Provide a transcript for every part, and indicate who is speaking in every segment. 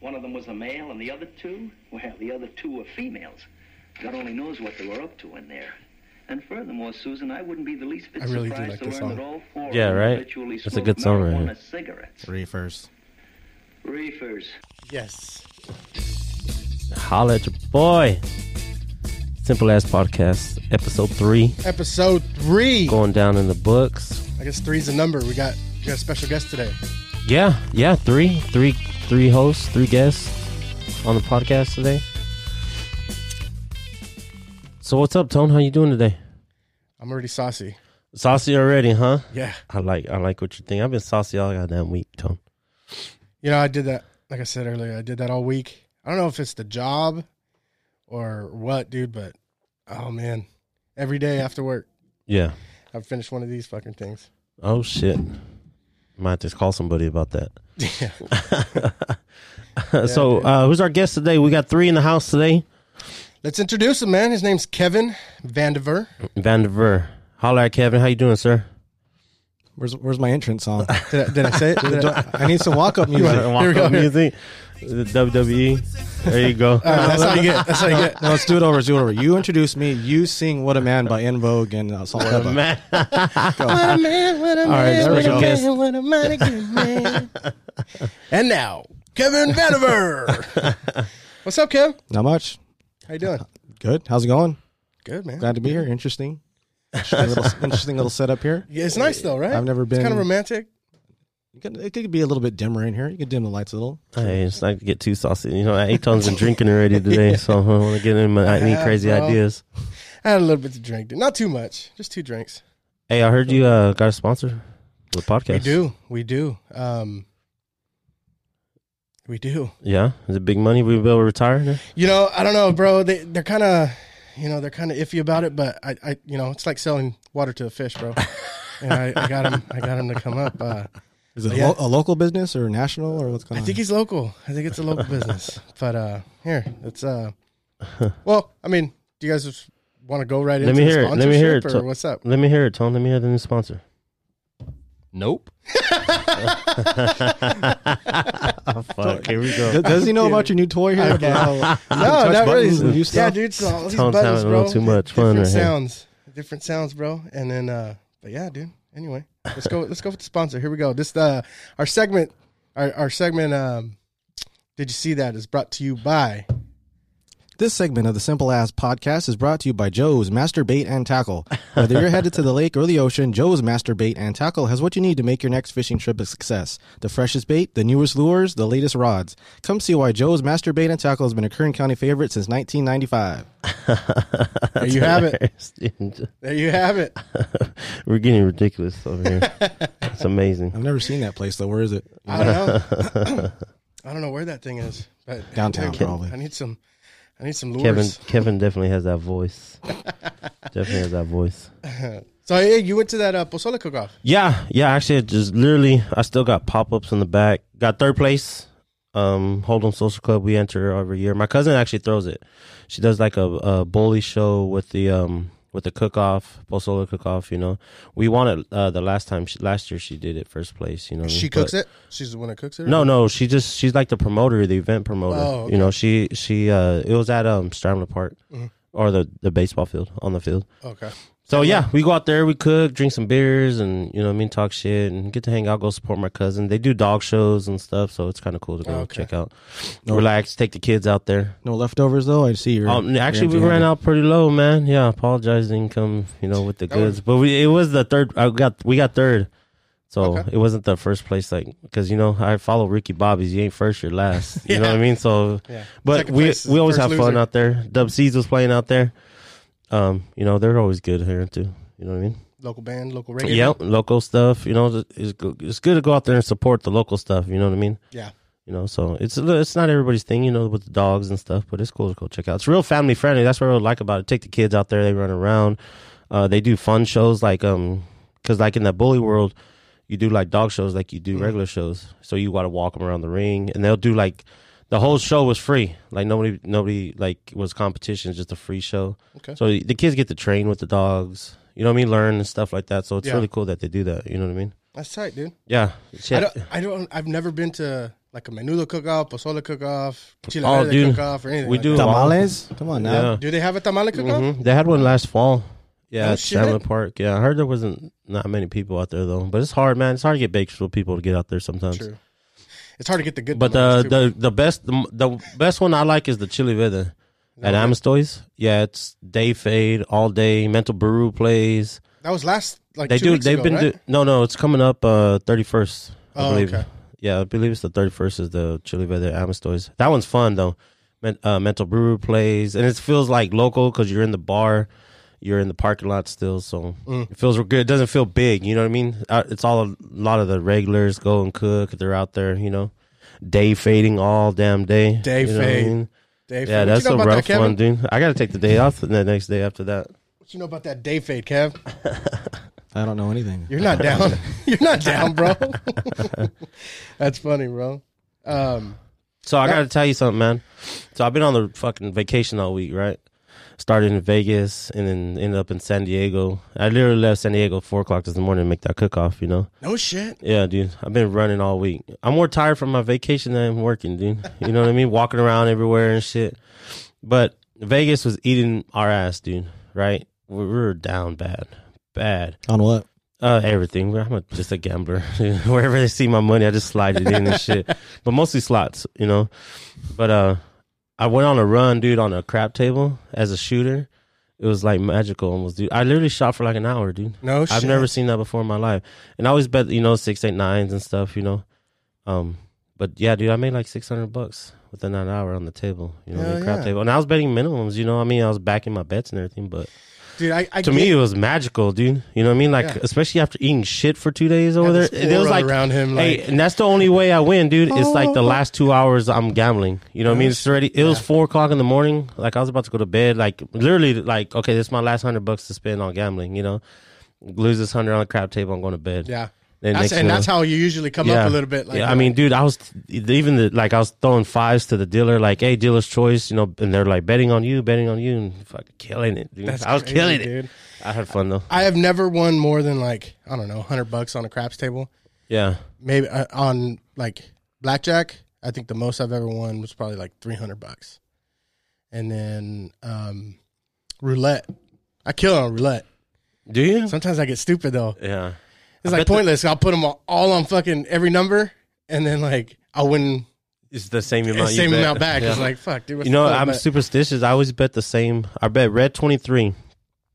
Speaker 1: One of them was a male, and the other two, well, the other two were females. God only knows what they were up to in there. And furthermore, Susan, I wouldn't be the least bit
Speaker 2: I really do
Speaker 1: surprised
Speaker 2: like
Speaker 1: to learn
Speaker 2: this song.
Speaker 1: that all four
Speaker 3: Yeah,
Speaker 1: of them
Speaker 3: right?
Speaker 1: habitually
Speaker 3: That's a
Speaker 1: smoked
Speaker 3: good song right
Speaker 1: marijuana
Speaker 3: here.
Speaker 1: cigarettes.
Speaker 4: Reefers.
Speaker 1: Reefers.
Speaker 2: Yes.
Speaker 3: Holla at your boy. Simple Ass Podcast, episode three,
Speaker 2: Episode three.
Speaker 3: going down in the books.
Speaker 2: I guess three's the number. We got we got a special guest today.
Speaker 3: Yeah, yeah, three, three, three hosts, three guests on the podcast today. So what's up, Tone? How you doing today?
Speaker 2: I'm already saucy.
Speaker 3: Saucy already, huh?
Speaker 2: Yeah.
Speaker 3: I like, I like what you think. I've been saucy all goddamn week, Tone.
Speaker 2: You know, I did that. Like I said earlier, I did that all week. I don't know if it's the job or what, dude, but oh man, every day after work,
Speaker 3: Yeah.
Speaker 2: I've finished one of these fucking things.
Speaker 3: Oh shit. Might just call somebody about that.
Speaker 2: Yeah.
Speaker 3: so
Speaker 2: dude.
Speaker 3: uh, who's our guest today? We got three in the house today.
Speaker 2: Let's introduce him, man. His name's Kevin Vandiver.
Speaker 3: Vandiver. Holla at Kevin. How you doing, sir?
Speaker 4: Where's Where's my entrance song?
Speaker 2: Did I, did I say it? Did I-
Speaker 4: I need some walk up music.
Speaker 3: Walk
Speaker 2: Here we go.
Speaker 3: up music. The WWE. There you go.
Speaker 2: All right, that's how you get. That's how you get.
Speaker 4: No, let's do it over. Let's do it over. You introduce me. You sing "What a Man" by En Vogue and uh, Salt Leva.
Speaker 3: Man.
Speaker 2: What a man, what a man,
Speaker 3: there we
Speaker 2: what a
Speaker 3: go.
Speaker 2: man, what a mighty good man. and now, Kevin Vandiver. What's up, Kev?
Speaker 4: Not much.
Speaker 2: How you doing?
Speaker 4: Good. How's it going?
Speaker 2: Good, man.
Speaker 4: Glad to be here. Interesting. Interesting little, interesting little setup here.
Speaker 2: Yeah, it's nice though, right?
Speaker 4: I've never
Speaker 2: It's kind
Speaker 4: been-
Speaker 2: of romantic.
Speaker 4: You can- It could be a little bit dimmer in here. You could dim the lights a little.
Speaker 3: Hey, it's not to get too saucy. You know, I eight tons been drinking already today, so I want to get in my any
Speaker 2: Yeah,
Speaker 3: crazy
Speaker 2: bro.
Speaker 3: ideas.
Speaker 2: I had a little bit to drink, dude. Not too much, just two drinks.
Speaker 3: Hey, I heard you uh, got a sponsor for the podcast.
Speaker 2: We do, we do, um, we do.
Speaker 3: Yeah, is it big money? We be able to retire? now?
Speaker 2: You know, I don't know, bro. They they're kind of, you know, they're kind of iffy about it. But I, I, you know, it's like selling water to a fish, bro. and I, I got him. I got him to come up. Uh,
Speaker 4: Is it
Speaker 2: Yeah.
Speaker 4: a, lo- a local business or national or what's going
Speaker 2: I
Speaker 4: on?
Speaker 2: think he's local. I think it's a local business. But uh here, it's uh well, I mean, do you guys just want to go right
Speaker 3: Let
Speaker 2: into
Speaker 3: me
Speaker 2: the
Speaker 3: hear it. Let me hear
Speaker 2: sponsorship,
Speaker 3: it.
Speaker 2: or
Speaker 3: So-
Speaker 2: what's up?
Speaker 3: Let me hear it, Tone. Let me hear the new sponsor.
Speaker 5: Nope.
Speaker 3: Oh, fuck. Here we
Speaker 4: Does-
Speaker 3: go.
Speaker 4: Does he know about your new toy here? About- you
Speaker 2: No, not
Speaker 4: touch
Speaker 2: really.
Speaker 4: buttons and do
Speaker 2: Yeah,
Speaker 4: stuff?
Speaker 2: dude, so all these
Speaker 3: Tone's
Speaker 2: buttons,
Speaker 3: having a little
Speaker 2: bro.
Speaker 3: too
Speaker 2: di-
Speaker 3: much fun
Speaker 2: different
Speaker 3: right here.
Speaker 2: sounds. Different sounds, bro. And then uh but yeah, dude. Anyway, let's go let's go with the sponsor. Here we go. This uh our segment our, our segment um did you see that is brought to you by
Speaker 4: This segment of the Simple Ass Podcast is brought to you by Joe's Master Bait and Tackle. Whether you're headed to the lake or the ocean, Joe's Master Bait and Tackle has what you need to make your next fishing trip a success. The freshest bait, the newest lures, the latest rods. Come see why Joe's Master Bait and Tackle has been a Kern County favorite since 1995.
Speaker 2: There you have it.
Speaker 3: Dude,
Speaker 2: There you have it.
Speaker 3: We're getting ridiculous over here. it's amazing.
Speaker 4: I've never seen that place though. Where is it?
Speaker 2: I don't know. I don't know where that thing is, but
Speaker 4: Downtown,
Speaker 2: Dude,
Speaker 4: probably.
Speaker 2: I need some. I need some lures.
Speaker 3: Kevin Kevin definitely has that voice. definitely has that voice.
Speaker 2: So hey, you went to that uh, pozole cook-off.
Speaker 3: Yeah, yeah. Actually, it just literally, I still got pop ups in the back. Got third place. Um, Hold'em Social Club. We enter every year. My cousin actually throws it. She does like a, a bully show with the um with the cook off, Posola cook off. You know, we won it uh, the last time. She, last year she did it first place. You know,
Speaker 2: She
Speaker 3: But-
Speaker 2: cooks it. She's the one that cooks it.
Speaker 3: No, no, she just she's like the promoter, the event promoter.
Speaker 2: Oh, okay. Mm-hmm.
Speaker 3: You know, she she uh it was at um Stramler Park or the the baseball field on the field.
Speaker 2: Okay.
Speaker 3: So yeah, we go out there, we cook, drink some beers, and you know, what I mean, talk shit, and get to hang out, go support my cousin. They do dog shows and stuff, so it's kind of cool to go
Speaker 2: Oh, Okay. Oh.
Speaker 3: check out, relax, take the kids out there.
Speaker 4: No leftovers though. I see you.
Speaker 3: Um, actually, we ran out pretty low, man. Yeah, apologize, didn't come, you know, with the goods, but we, it was the third. I got we got third, so it wasn't the first place, like because you know I follow Ricky Bobby's. You ain't first, you're last. You know what I mean? So,
Speaker 2: Yeah.
Speaker 3: but
Speaker 2: Second
Speaker 3: we
Speaker 2: place is
Speaker 3: we
Speaker 2: the
Speaker 3: always
Speaker 2: first
Speaker 3: have fun
Speaker 2: loser.
Speaker 3: out there. Dub Seeds was playing out there. Um, you know they're always good here too. You know what I mean?
Speaker 2: Local band, local radio.
Speaker 3: Yep, local stuff. You know, it's go- it's good to go out there and support the local stuff. You know what I mean?
Speaker 2: Yeah.
Speaker 3: You know, so it's a li- it's not everybody's thing, you know, with the dogs and stuff, but it's cool to go check out. It's real family friendly. That's what I really like about it. Take the kids out there; they run around. Uh, they do fun shows like um, because like in the bully world, you do like dog shows like you do
Speaker 2: Mm.
Speaker 3: regular shows. So you got to walk them around the ring, and they'll do like the whole show was free. Like nobody nobody like was competition, just a free show.
Speaker 2: Okay.
Speaker 3: So the kids get to train with the dogs. You know what I mean? Learn and stuff like that. So it's
Speaker 2: Yeah.
Speaker 3: really cool that they do that. You know what I mean?
Speaker 2: That's tight, dude.
Speaker 3: Yeah.
Speaker 2: I
Speaker 3: Shit.
Speaker 2: don't. I don't. I've never been to like a menudo cook off, pozole cook off, chile
Speaker 3: Oh,
Speaker 2: verde
Speaker 3: dude.
Speaker 2: cook off, or anything.
Speaker 3: We
Speaker 2: like
Speaker 3: do.
Speaker 2: that.
Speaker 4: Tamales? Come on now.
Speaker 3: Yeah.
Speaker 2: Do they have a tamale cook off?
Speaker 3: Mhm. They had one last fall.
Speaker 2: No
Speaker 3: Yeah, at
Speaker 2: Mm-hmm. Oh, shit.
Speaker 3: Stanley Park. Yeah, I heard there wasn't not many people out there though, but it's hard, man. It's hard to get Bakersfield people to get out there sometimes.
Speaker 2: True. It's hard to get the good.
Speaker 3: But the,
Speaker 2: tamales, too.
Speaker 3: the the best the, the best one I like is the chili verde at Amistoy's. Yeah, it's day fade all day. Mental Brew plays.
Speaker 2: that was last like
Speaker 3: They
Speaker 2: two
Speaker 3: do.
Speaker 2: Weeks
Speaker 3: They've
Speaker 2: ago,
Speaker 3: been
Speaker 2: right?
Speaker 3: do, no no. It's coming up uh thirty first. I
Speaker 2: Oh,
Speaker 3: believe.
Speaker 2: okay.
Speaker 3: Yeah, I believe it's the thirty first is the chili verde at Amistoy's. That one's fun though. Men, uh, Mental Brew plays and it feels like local because you're in the bar. You're in the parking lot still, so
Speaker 2: Mm.
Speaker 3: it feels real good. It doesn't feel big, you know what I mean? Uh, It's all a lot of the regulars go and cook. They're out there, you know day fading all damn day.
Speaker 2: Day
Speaker 3: You know what I
Speaker 2: fade.
Speaker 3: mean?
Speaker 2: Day fade.
Speaker 3: Yeah,
Speaker 2: What
Speaker 3: that's
Speaker 2: you know
Speaker 3: a
Speaker 2: about
Speaker 3: rough
Speaker 2: that, Kevin?
Speaker 3: one, dude. I got to take the day off the next day after that.
Speaker 2: What you know about that day fade, Kev?
Speaker 4: I don't know anything.
Speaker 2: You're not down. You're not down, bro. that's funny, bro. Um,
Speaker 3: So I got to tell you something, man. So I've been on the fucking vacation all week, right? Started in Vegas and then ended up in San Diego. I literally left San Diego at four o'clock this morning to make that cook off, you know?
Speaker 2: no shit.
Speaker 3: Yeah, dude. I've been running all week. I'm more tired from my vacation than I'm working, dude. You know what I mean? Walking around everywhere and shit. But Vegas was eating our ass, dude. Right? We we were down bad, bad.
Speaker 4: On what?
Speaker 3: Uh, everything. I'm a, just a gambler. Wherever they see my money, I just slide it in and shit. But mostly slots, you know. But uh, I went on a run, dude, on a crap table as a shooter. It was like magical, almost, dude. I literally shot for like an hour, dude.
Speaker 2: No shit.
Speaker 3: I've never seen that before in my life. And I always bet, you know, six, eight, nines and stuff, you know. Um, but yeah, dude, I made like six hundred bucks within an hour on the table, you know,
Speaker 2: Hell
Speaker 3: the crap
Speaker 2: yeah.
Speaker 3: table. And I was betting minimums, you know. I mean, I was backing my bets and everything, but
Speaker 2: dude. I, I
Speaker 3: to
Speaker 2: get-
Speaker 3: me it was magical, dude. You know what I mean? Like
Speaker 2: Yeah.
Speaker 3: especially after eating shit for two days over there,
Speaker 2: this
Speaker 3: it was
Speaker 2: aura
Speaker 3: like
Speaker 2: around him,
Speaker 3: Hey,
Speaker 2: like- Oh.
Speaker 3: and that's the only way I win, dude. It's like the last two hours I'm gambling. You know what I mean? It's already. It was four o'clock in the morning. Like I was about to go to bed. Like literally, like okay, this is my last hundred bucks to spend on gambling. You know, lose this hundred on the crap table. I'm going to bed.
Speaker 2: yeah.
Speaker 3: Then
Speaker 2: That's,
Speaker 3: next
Speaker 2: and
Speaker 3: thing-
Speaker 2: that's how you usually come up a little bit. Like,
Speaker 3: yeah, I mean, dude, I was even the, like I was throwing fives to the dealer, like, "Hey, dealer's choice," you know, and they're like betting on you, betting on you, and fucking killing it. Dude.
Speaker 2: That's
Speaker 3: I was
Speaker 2: crazy,
Speaker 3: killing
Speaker 2: dude.
Speaker 3: it. I had fun though.
Speaker 2: I have never won more than like I don't know, hundred bucks on a craps table.
Speaker 3: Yeah,
Speaker 2: Maybe uh, on like blackjack. I think the most I've ever won was probably like three hundred bucks. And then um, roulette. I kill on roulette.
Speaker 3: do you?
Speaker 2: Sometimes I get stupid though.
Speaker 3: Yeah,
Speaker 2: It's
Speaker 3: I
Speaker 2: like
Speaker 3: bet the-
Speaker 2: pointless. I'll put them all, all on fucking every number, and then like I'll win
Speaker 3: it's the same
Speaker 2: the
Speaker 3: amount.
Speaker 2: same
Speaker 3: you bet.
Speaker 2: amount back.
Speaker 3: Yeah.
Speaker 2: It's like fuck, dude. what's
Speaker 3: you know,
Speaker 2: the point?
Speaker 3: I'm
Speaker 2: But
Speaker 3: superstitious. I always bet the same. I bet red twenty three.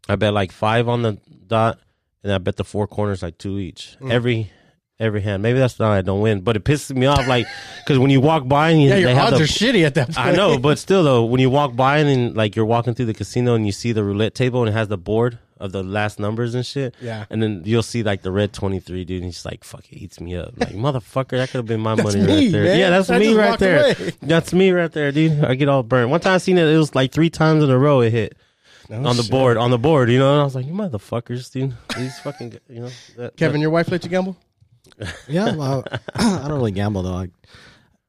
Speaker 3: I bet like five on the dot, and I bet the four corners like two each.
Speaker 2: Mm.
Speaker 3: Every every hand. Maybe that's why I don't win, but it pisses me off. Like because when you walk by and you,
Speaker 2: yeah, your
Speaker 3: they have
Speaker 2: odds
Speaker 3: the,
Speaker 2: are shitty at that point.
Speaker 3: I know, but still though, when you walk by and then, like you're walking through the casino and you see the roulette table and it has the board of the last numbers and shit.
Speaker 2: Yeah.
Speaker 3: And then you'll see like the red twenty three dude and he's like, fuck it eats me up. Like motherfucker, that could have been my money
Speaker 2: me,
Speaker 3: right there.
Speaker 2: man.
Speaker 3: Yeah, that's
Speaker 2: I
Speaker 3: me
Speaker 2: just
Speaker 3: right
Speaker 2: walked
Speaker 3: there.
Speaker 2: away.
Speaker 3: That's me right there, dude. I get all burnt. One time I seen it, it was like three times in a row it hit.
Speaker 2: Oh,
Speaker 3: on the board, on the board, you know, and I was like, "You motherfuckers, dude! These fucking, you know." That,
Speaker 2: Kevin, your wife let you gamble?
Speaker 4: Yeah, well, I don't really gamble though. I,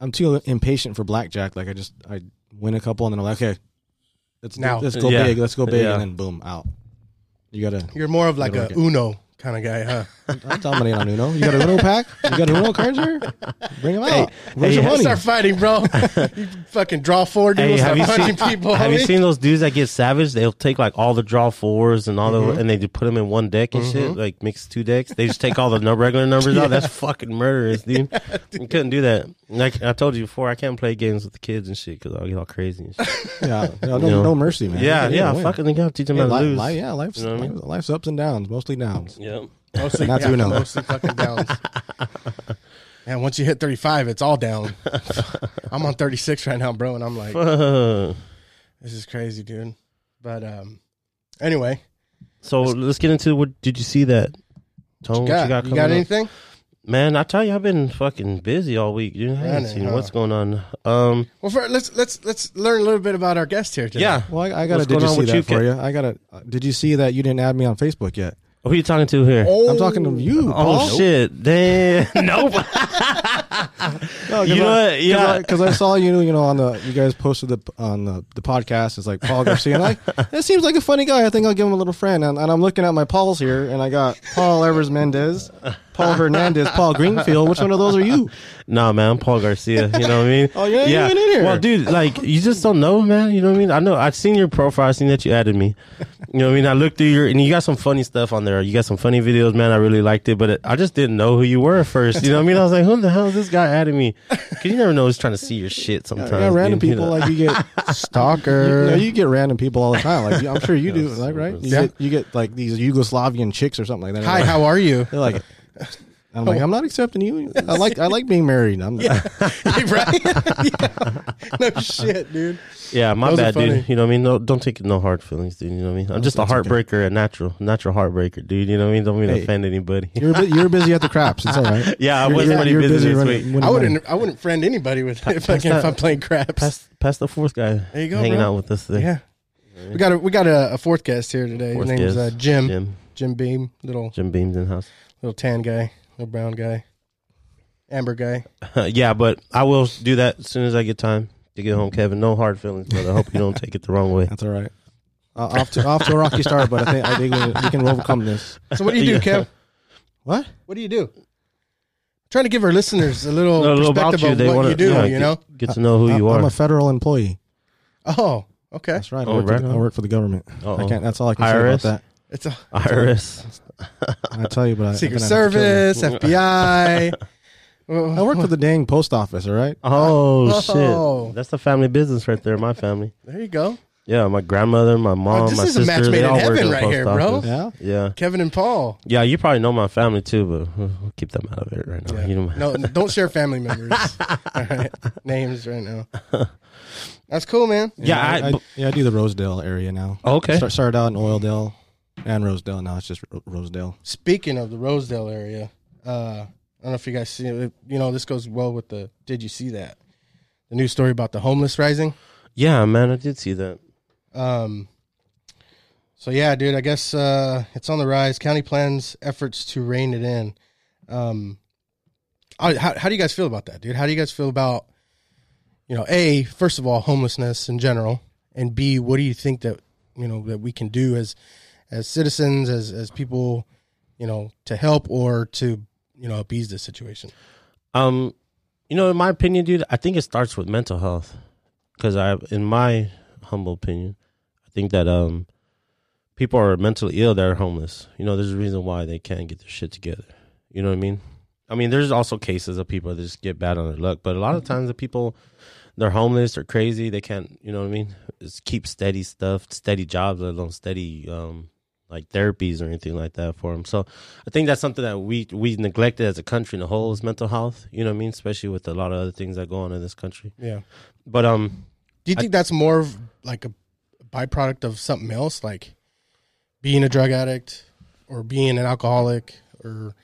Speaker 4: I'm too impatient for blackjack. Like I just I win a couple and then I'm like, okay, let's
Speaker 2: Now.
Speaker 4: let's go
Speaker 3: Yeah.
Speaker 4: big, let's go big,
Speaker 3: Yeah.
Speaker 4: and then boom, out. You gotta
Speaker 2: You're more of like
Speaker 4: I
Speaker 2: a
Speaker 4: like it.
Speaker 2: Uno kind of guy, huh?
Speaker 4: I dominate on Uno. You got a Uno pack? You got a Uno card here? Bring them out. Where's
Speaker 3: hey,
Speaker 4: your
Speaker 2: Let's
Speaker 4: money?
Speaker 2: start fighting, bro. you fucking draw four, dude.
Speaker 3: Hey,
Speaker 2: Let's
Speaker 3: have you
Speaker 2: start punching
Speaker 3: seen
Speaker 2: people.
Speaker 3: have you
Speaker 2: homie.
Speaker 3: seen those dudes that get savage? They'll take like all the draw fours and all
Speaker 2: Mm-hmm.
Speaker 3: the and they just put them in one deck and shit, like mix two decks. They just take all the num- regular numbers out. That's fucking murderous, dude. You couldn't do that. Like I told you before, I can't play games with the kids and shit because I'll get all crazy. And shit.
Speaker 4: Yeah, no, no,
Speaker 3: You know.
Speaker 4: no mercy, man.
Speaker 3: yeah,
Speaker 4: You
Speaker 3: yeah,
Speaker 4: gotta win.
Speaker 3: fucking they gotta teach them
Speaker 4: Yeah,
Speaker 3: how to
Speaker 4: li-
Speaker 3: lose.
Speaker 4: li- yeah, life's
Speaker 3: You know what I mean?
Speaker 4: li- life's ups and downs, mostly downs.
Speaker 3: Yep.
Speaker 2: Mostly,
Speaker 4: Not
Speaker 2: yeah,
Speaker 4: Uno.
Speaker 2: Mostly fucking downs. And once you hit 35, it's all down. I'm on 36 right now, bro, and I'm like,
Speaker 3: Uh,
Speaker 2: this is crazy, dude. But um, anyway,
Speaker 3: so let's get into what did you see that? Tone,
Speaker 2: you got, you
Speaker 3: coming
Speaker 2: got
Speaker 3: up?
Speaker 2: anything?
Speaker 3: Man, I tell you, I've been fucking busy all week, dude. I haven't
Speaker 2: Running,
Speaker 3: seen
Speaker 2: huh?
Speaker 3: what's going on. Um,
Speaker 2: Well, for, let's let's let's learn a little bit about our guest here today.
Speaker 3: yeah.
Speaker 4: Well, I, I gotta.
Speaker 3: What's
Speaker 4: Did
Speaker 3: going
Speaker 4: you
Speaker 3: on
Speaker 4: see
Speaker 3: with
Speaker 4: that
Speaker 3: you,
Speaker 4: for
Speaker 3: kid?
Speaker 4: you? I gotta. uh, Did you see that you didn't add me on Facebook yet?
Speaker 3: Who are you talking to here?
Speaker 2: Oh,
Speaker 4: I'm talking to you,
Speaker 3: Oh
Speaker 4: Paul.
Speaker 3: shit! Damn. nope.
Speaker 4: No, 'cause
Speaker 3: You know
Speaker 4: I-
Speaker 3: what? Yeah.
Speaker 4: because I, saw you. You know, on the you guys posted the on the, the podcast. It's like Paul Garcia. And I, that seems like a funny guy. I think I'll give him a little friend. And, and I'm looking at my Pauls here, and I got Paul Evers Mendez, Paul Hernandez, Paul Greenfield. Which one of those are you?
Speaker 3: Nah, man, I'm Paul Garcia. You know what I mean?
Speaker 4: Oh, you ain't even in here.
Speaker 3: Well, dude, like you just don't know, man. You know what I mean? I know. I've seen your profile. I've seen that you added me. You know what I mean? I looked through your and you got some funny stuff on there. You got some funny videos, man. I really liked it, but it, I just didn't know who you were at first. You know what I mean? I was like, who the hell is this guy adding me? Because you never know. He's trying to see your shit sometimes.
Speaker 4: You got random
Speaker 3: dude, you
Speaker 4: people
Speaker 3: know.
Speaker 4: like you get. You,
Speaker 2: Stalker.
Speaker 4: know, you get random people all the time. Like you- I'm sure you do. Like right? You,
Speaker 2: Yeah.
Speaker 4: get, you get like these Yugoslavian chicks or something like that.
Speaker 2: Hi, how are you?
Speaker 4: They're like, I'm like, I'm not accepting you. I like, I like being married. I'm,
Speaker 2: right? Yeah. No shit, dude.
Speaker 3: Yeah, my
Speaker 2: Those are
Speaker 3: bad,
Speaker 2: funny.
Speaker 3: dude. You know what I mean? No, don't take no hard feelings, dude. You know what I mean? I'm just a heartbreaker, a natural, natural heartbreaker, dude. You know what I mean? Don't mean to
Speaker 4: Hey.
Speaker 3: offend anybody.
Speaker 4: You're, bu- you're busy at the craps. It's all right.
Speaker 3: Yeah, I
Speaker 4: You're-
Speaker 3: was
Speaker 4: you're-
Speaker 3: pretty
Speaker 4: you're
Speaker 3: busy this
Speaker 4: running-
Speaker 3: week.
Speaker 4: winning
Speaker 2: I
Speaker 4: money.
Speaker 2: wouldn't. I wouldn't friend anybody with it fucking if
Speaker 3: that-
Speaker 2: I'm playing craps.
Speaker 3: Pass, pass the fourth guy.
Speaker 2: There you go,
Speaker 3: hanging
Speaker 2: bro.
Speaker 3: out with us today.
Speaker 2: yeah. We got a we got a, a fourth guest here today.
Speaker 3: Fourth
Speaker 2: His name's
Speaker 3: guest,
Speaker 2: uh, Jim. Jim.
Speaker 3: Jim.
Speaker 2: Beam, little
Speaker 3: Jim Beams in house.
Speaker 2: little tan guy, little brown guy, amber guy.
Speaker 3: Uh, yeah, but I will do that as soon as I get time to get home, Kevin. No hard feelings, brother. I hope you don't take it the wrong way.
Speaker 4: That's all right. Uh, off to off to a rocky start, but I think I think we, we can overcome this.
Speaker 2: So what do you do,
Speaker 3: Yeah.
Speaker 2: Kev?
Speaker 4: What?
Speaker 2: What do you do? trying to give our listeners a little
Speaker 3: A little about
Speaker 2: perspective
Speaker 3: you.
Speaker 2: of
Speaker 3: They
Speaker 2: what
Speaker 3: wanna-
Speaker 2: you do.
Speaker 3: yeah,
Speaker 2: you know?
Speaker 3: Get to know who
Speaker 4: I'm,
Speaker 3: you are.
Speaker 4: I'm a federal employee.
Speaker 2: Oh, okay.
Speaker 4: That's right. I,
Speaker 3: Oh,
Speaker 4: work, for
Speaker 3: right
Speaker 4: the, I
Speaker 3: on.
Speaker 4: work for the government. I
Speaker 3: Uh-oh.
Speaker 4: can't. That's all I can say
Speaker 3: IRS?
Speaker 4: about that.
Speaker 2: It's a
Speaker 3: IRS.
Speaker 4: I tell you, but I,
Speaker 2: Secret
Speaker 4: but I have to tell you.
Speaker 2: Service, FBI.
Speaker 4: I
Speaker 2: Well,
Speaker 4: work for the dang post office. All right.
Speaker 3: Oh,
Speaker 2: Oh.
Speaker 3: shit. That's the family business right there. My family.
Speaker 2: there you go.
Speaker 3: Yeah, my grandmother, my mom,
Speaker 2: Oh, this
Speaker 3: my
Speaker 2: is a
Speaker 3: sister.
Speaker 2: match
Speaker 3: they
Speaker 2: made in
Speaker 3: all work
Speaker 2: heaven
Speaker 3: at the
Speaker 2: right
Speaker 3: post
Speaker 2: here, bro.
Speaker 3: office.
Speaker 4: Yeah.
Speaker 3: Yeah.
Speaker 2: Kevin and Paul.
Speaker 3: Yeah, you probably know my family too, but we'll we'll keep them out of it right now.
Speaker 2: Yeah.
Speaker 3: Oh, You know,
Speaker 2: no, don't share family members. All right. Names right now. That's cool, man.
Speaker 3: Yeah,
Speaker 4: I,
Speaker 3: I-
Speaker 4: I- yeah, I do the Rosedale area now.
Speaker 3: Okay.
Speaker 4: Start, started out in Oildale and Rosedale. Now it's just Ro- Rosedale.
Speaker 2: Speaking of the Rosedale area, uh, I don't know if you guys see it. You know, this goes well with the Did You See That? The news story about the homeless rising.
Speaker 3: yeah, man, I did see that.
Speaker 2: Um, so yeah, dude, I guess uh, it's on the rise. County plans efforts to rein it in. Um, I- how, how do you guys feel about that, dude? How do you guys feel about, you know, a first of all homelessness in general, and b what do you think that you know that we can do as as citizens, as as people, you know, to help or to you know appease this situation?
Speaker 3: Um, you know, in my opinion, dude, I think it starts with mental health. Because I, in my humble opinion, I think that um, people are mentally ill that are homeless. You know, there's a reason why they can't get their shit together. You know what I mean? I mean, there's also cases of people that just get bad on their luck, but a lot of times the people they're homeless, they're crazy, they can't. You know what I mean? It's keep steady stuff, steady jobs, let alone steady um, like therapies or anything like that for them. So I think that's something that we we neglected as a country in a whole is mental health. You know what I mean? Especially with a lot of other things that go on in this country.
Speaker 2: Yeah.
Speaker 3: But um,
Speaker 2: Do you think that's more of like a byproduct of something else, like being a drug addict or being an alcoholic or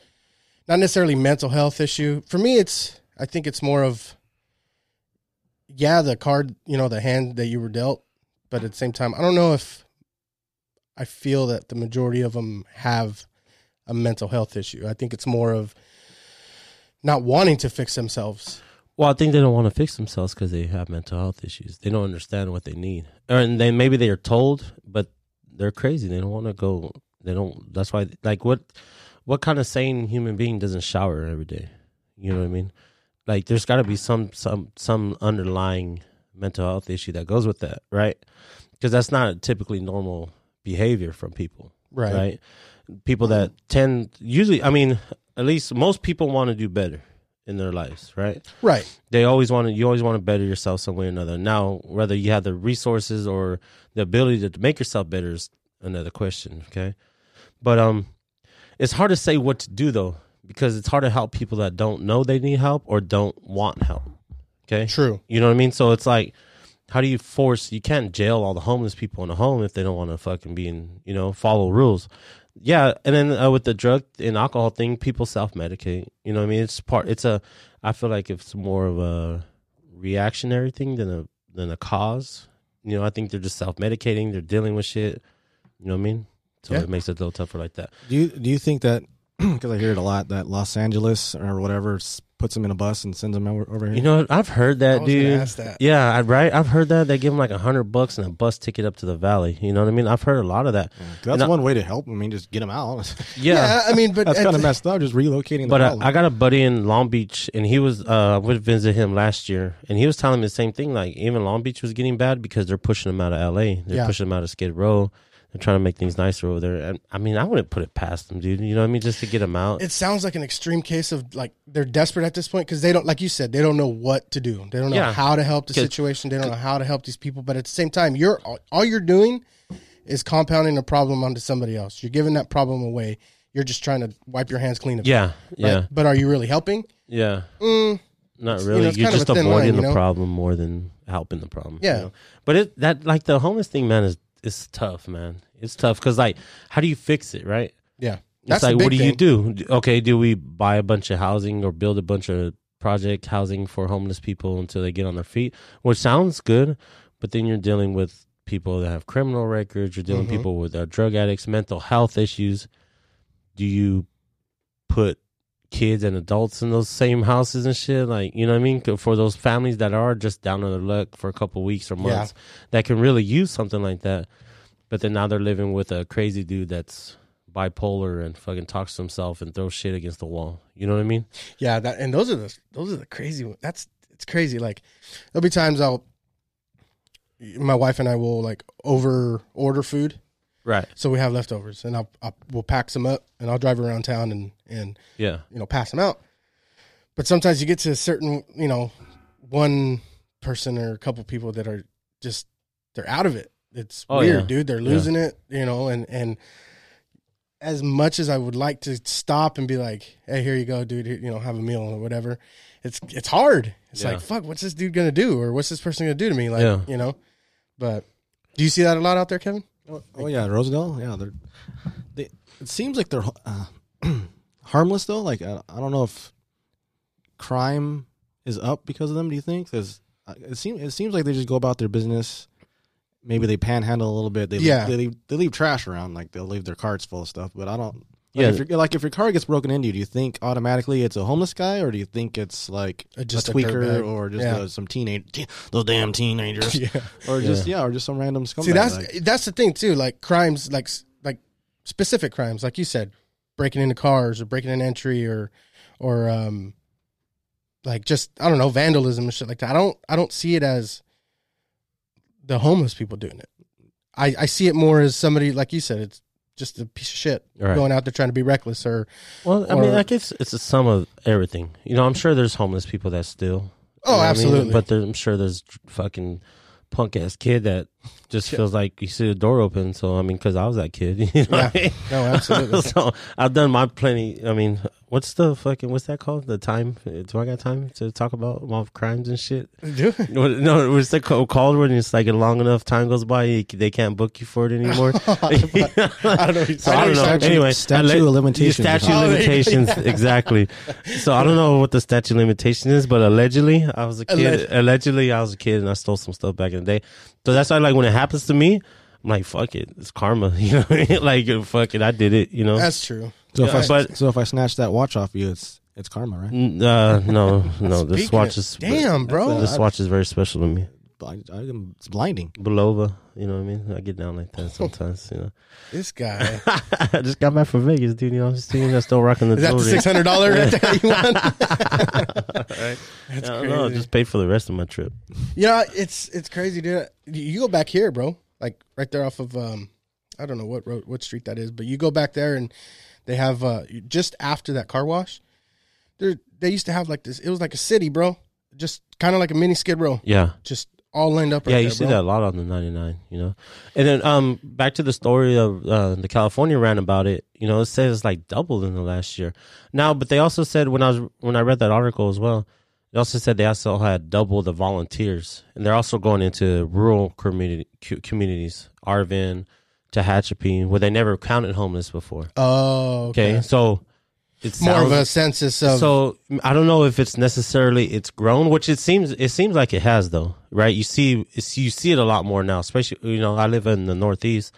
Speaker 2: not necessarily mental health issue? For me, it's I think it's more of yeah, the card, you know, the hand that you were dealt, but at the same time, I don't know if I feel that the majority of them have a mental health issue. I think it's more of not wanting to fix themselves.
Speaker 3: well, I think they don't want to fix themselves because they have mental health issues. They don't understand what they need, or and then maybe they are told, but they're crazy. They don't want to go. They don't. That's why. Like what? What kind of sane human being doesn't shower every day? You know what I mean? Like there's got to be some some some underlying mental health issue that goes with that, right? Because that's not typically normal behavior from people.
Speaker 2: Right.
Speaker 3: right? People that tend usually, I mean, at least most people want to do better in their lives, right?
Speaker 2: Right.
Speaker 3: They always want to, you always want to better yourself some way or another. Now, whether you have the resources or the ability to make yourself better is another question, okay? But um, it's hard to say what to do though, because it's hard to help people that don't know they need help or don't want help. Okay.
Speaker 2: True.
Speaker 3: You know what I mean? So it's like, how do you force? You can't jail all the homeless people in a home if they don't want to fucking be in, you know, follow rules. Yeah, and then uh, with the drug and alcohol thing, people self medicate. You know what I mean? It's part. It's a. I feel like it's more of a reactionary thing than a than a cause. You know, I think they're just self medicating. They're dealing with shit. You know what I mean? So
Speaker 2: Yeah.
Speaker 3: it makes it a little tougher like that.
Speaker 4: Do you do you think that because I hear it a lot that Los Angeles or whatever s- puts them in a bus and sends them over, over here.
Speaker 3: You know, I've heard that,
Speaker 2: I was gonna
Speaker 3: dude.
Speaker 2: ask that.
Speaker 3: Yeah, I, right. I've heard that they give them like a hundred bucks and a bus ticket up to the valley. You know what I mean? I've heard a lot of that.
Speaker 4: that's
Speaker 3: And I-
Speaker 4: one way to help. I mean, just get them out.
Speaker 3: Yeah,
Speaker 2: Yeah, I mean, but
Speaker 4: that's
Speaker 2: at
Speaker 4: kind of
Speaker 2: the-
Speaker 4: messed up. Just relocating. The
Speaker 3: but uh,
Speaker 4: problem.
Speaker 3: I, I got a buddy in Long Beach, and he was uh, I would visit him last year, and he was telling me the same thing. Like even Long Beach was getting bad because they're pushing them out of L.A. They're
Speaker 2: Yeah.
Speaker 3: pushing them out of Skid Row. They're trying to make things nicer over there. And I mean, I wouldn't put it past them, dude. You know what I mean? Just to get them out.
Speaker 2: It sounds like an extreme case of like they're desperate at this point because they don't, like you said, they don't know what to do. They don't know
Speaker 3: Yeah.
Speaker 2: how to help the
Speaker 3: 'Cause-
Speaker 2: situation. They don't know how to help these people. But at the same time, you're all- all you're doing is compounding a problem onto somebody else. You're giving that problem away. You're just trying to wipe your hands clean of it.
Speaker 3: yeah,
Speaker 2: right?
Speaker 3: yeah,
Speaker 2: But are you really helping? Mm,
Speaker 3: yeah. Not
Speaker 2: know,
Speaker 3: really. You
Speaker 2: it's
Speaker 3: are
Speaker 2: kind of
Speaker 3: just
Speaker 2: a thin
Speaker 3: avoiding
Speaker 2: line, you
Speaker 3: the
Speaker 2: know?
Speaker 3: problem more than helping the problem. you
Speaker 2: Yeah.
Speaker 3: know? But it that like the homeless thing, man, is is tough, man. It's tough because like, how do you fix it, right?
Speaker 2: Yeah.
Speaker 3: It's
Speaker 2: the
Speaker 3: like,
Speaker 2: big
Speaker 3: what do you
Speaker 2: thing.
Speaker 3: do? D- Okay, do we buy a bunch of housing or build a bunch of project housing for homeless people until they get on their feet? Which sounds good, but then you're dealing with people that have criminal records. You're
Speaker 2: Mm-hmm.
Speaker 3: dealing with people with uh, drug addicts, mental health issues. Do you put kids and adults in those same houses and shit? Like, you know what I mean? For those families that are just down on their luck for a couple weeks or months, that can really use something like that. But then now they're living with a crazy dude that's bipolar and fucking talks to himself and throws shit against the wall. You know what I mean?
Speaker 2: Yeah, that and those are the those are the crazy ones. That's it's crazy. Like there'll be times I'll my wife and I will like over order food.
Speaker 3: Right.
Speaker 2: So we have leftovers and I'll, I'll we'll pack some up and I'll drive around town and and
Speaker 3: Yeah.
Speaker 2: you know pass them out. But sometimes you get to a certain you know one person or a couple people that are just they're out of it. It's
Speaker 3: Oh,
Speaker 2: weird,
Speaker 3: yeah.
Speaker 2: dude. They're
Speaker 3: Yeah.
Speaker 2: losing it, you know. And and as much as I would like to stop and be like, "Hey, here you go, dude. Here, you know, have a meal or whatever," it's it's hard. It's
Speaker 3: Yeah.
Speaker 2: like, fuck, what's this dude gonna do, or what's this person gonna do to me? Like,
Speaker 3: Yeah.
Speaker 2: you know. But do you see that a lot out there, Kevin?
Speaker 4: Oh, oh, yeah, Rosedale. Yeah, they're. They, it seems like they're uh, harmless though. Like I, I don't know if crime is up because of them. Do you think? Because it seems it seems like they just go about their business. Maybe they panhandle a little bit. They leave-
Speaker 2: Yeah.
Speaker 4: they leave, they leave trash around. Like they'll leave their carts full of stuff. But I don't. Like
Speaker 3: Yeah.
Speaker 4: If your like if your car gets broken into, do you think automatically it's a homeless guy, or do you think it's like
Speaker 2: Uh, just
Speaker 4: a
Speaker 2: a
Speaker 4: tweaker,
Speaker 2: dirtbag.
Speaker 4: or just
Speaker 2: Yeah.
Speaker 4: uh, some teenage, those damn teenagers, or just yeah. or just some random scumbag?
Speaker 2: See, that's
Speaker 4: like-
Speaker 2: that's the thing too. Like crimes, like s- like specific crimes, like you said, breaking into cars or breaking an entry or or um like just I don't know vandalism and shit like that. I don't I don't see it as the homeless people doing it. I I see it more as somebody like you said. It's just a piece of shit
Speaker 3: Right.
Speaker 2: going out there trying to be reckless or
Speaker 3: Well, I mean,
Speaker 2: Or-
Speaker 3: I guess it's a sum of everything. You know, I'm sure there's homeless people that steal.
Speaker 2: Oh,
Speaker 3: You know what I mean?
Speaker 2: absolutely.
Speaker 3: But there, I'm sure there's fucking punk ass kid that just feels like you see the door open. So I mean, because I was that kid. You know what I mean?
Speaker 2: no, absolutely.
Speaker 3: so I've done my plenty. I mean, what's the fucking what's that called? The time? Do I got time to talk about my crimes and shit?
Speaker 2: Do it.
Speaker 3: What- No, it's like called when it's like a long enough time goes by, you- they can't book you for it anymore.
Speaker 2: I don't know.
Speaker 3: So I,
Speaker 2: know
Speaker 3: don't know.
Speaker 2: you're talking-
Speaker 3: anyway,
Speaker 4: statute
Speaker 3: I let-
Speaker 4: of limitations.
Speaker 3: yeah, Statute
Speaker 2: Oh,
Speaker 3: of
Speaker 2: there you go.
Speaker 3: limitations, exactly. So I don't know what the statute of limitation is, but allegedly, I was a kid.
Speaker 2: Alleg-
Speaker 3: allegedly, I was a kid and I stole some stuff back in the day. So that's why, like, when it happens to me, I'm like, fuck it, it's karma. You know, what I mean? like, fuck it, I did it. You know,
Speaker 2: That's true.
Speaker 4: So if I
Speaker 3: But-
Speaker 4: so if I snatch that watch off you, it's it's karma, right?
Speaker 3: N- uh, no, no, this
Speaker 2: Speaking of-
Speaker 3: watch is
Speaker 2: damn, bro.
Speaker 3: This watch is very special to me.
Speaker 4: I, I, am- it's blinding.
Speaker 3: Bulova, you know what I mean? I get down like that sometimes, you know.
Speaker 2: This guy
Speaker 3: I just got back from Vegas, dude. You know, I'm just thinking I'm still rocking the
Speaker 2: is that the
Speaker 3: jewelry.
Speaker 2: six hundred dollar that you want?
Speaker 3: I don't know. I
Speaker 2: crazy.
Speaker 3: just paid for the rest of my trip.
Speaker 2: Yeah, it's it's crazy, dude. You go back here, bro. Like right there off of um, I don't know what road, what street that is, but you go back there and they have uh just after that car wash, there they used to have like this. It was like a city, bro. Just kind of like a mini skid row,
Speaker 3: Yeah.
Speaker 2: just all lined up. Right
Speaker 3: yeah, you
Speaker 2: there,
Speaker 3: see
Speaker 2: bro.
Speaker 3: that a lot on the 99, you know. And then um back to the story of uh, the California ran about it, you know, it says it's like doubled in the last year. Now, but they also said when I was when I read that article as well, they also said they also had double the volunteers and they're also going into rural community cu- communities, Arvin, Tehachapi, where they never counted homeless before.
Speaker 2: Oh, okay.
Speaker 3: Okay? So it's
Speaker 2: More of a census of
Speaker 3: so I don't know if it's necessarily it's grown, which it seems it seems like it has though, right? You see, it's, you see it a lot more
Speaker 2: Mm-hmm.
Speaker 3: now, especially you know I live in the Northeast,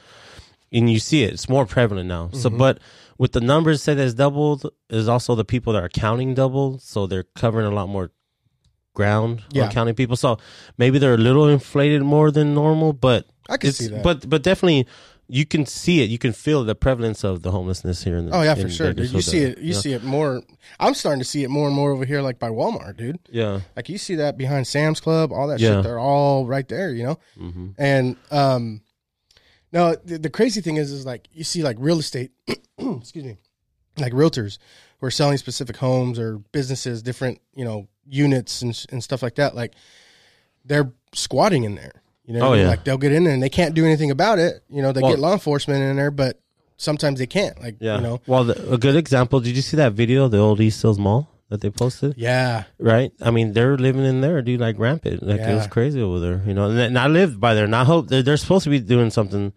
Speaker 3: and you see it; it's more prevalent now. So, but with the numbers said as doubled is also the people that are counting double, so they're covering a lot more ground
Speaker 2: Yeah.
Speaker 3: on counting people. So maybe they're a little inflated more than normal, but
Speaker 2: I can
Speaker 3: it's-
Speaker 2: see that.
Speaker 3: But but definitely you can see it. You can feel the prevalence of the homelessness here in the
Speaker 2: Oh yeah, for
Speaker 3: in
Speaker 2: sure, dude.
Speaker 3: Vegas
Speaker 2: You
Speaker 3: with
Speaker 2: see
Speaker 3: the-
Speaker 2: it. You
Speaker 3: yeah.
Speaker 2: see it more. I'm starting to see it more and more over here, like by Walmart, dude.
Speaker 3: Yeah.
Speaker 2: Like you see that behind Sam's Club, all that
Speaker 3: Yeah. Mm-hmm.
Speaker 2: shit. They're all right there, you know. And um, no, the, the crazy thing is, is like you see like real estate. excuse me, like realtors who are selling specific homes or businesses, different you know units and s- and stuff like that. Like they're squatting in there. You know, what I
Speaker 3: Oh,
Speaker 2: mean?
Speaker 3: yeah.
Speaker 2: like they'll get in there and they can't do anything about it. You know, they
Speaker 3: Well-
Speaker 2: get law enforcement in there, but sometimes they can't. Like
Speaker 3: Yeah.
Speaker 2: you know,
Speaker 3: Well, the, a good example. Did you see that video of the old East Hills Mall that they posted?
Speaker 2: yeah,
Speaker 3: Right. I mean, they're living in there, dude, like rampant. Like it was
Speaker 2: Yeah.
Speaker 3: crazy over there, you know. And, and I lived by there, and I hope they're, they're supposed to be doing something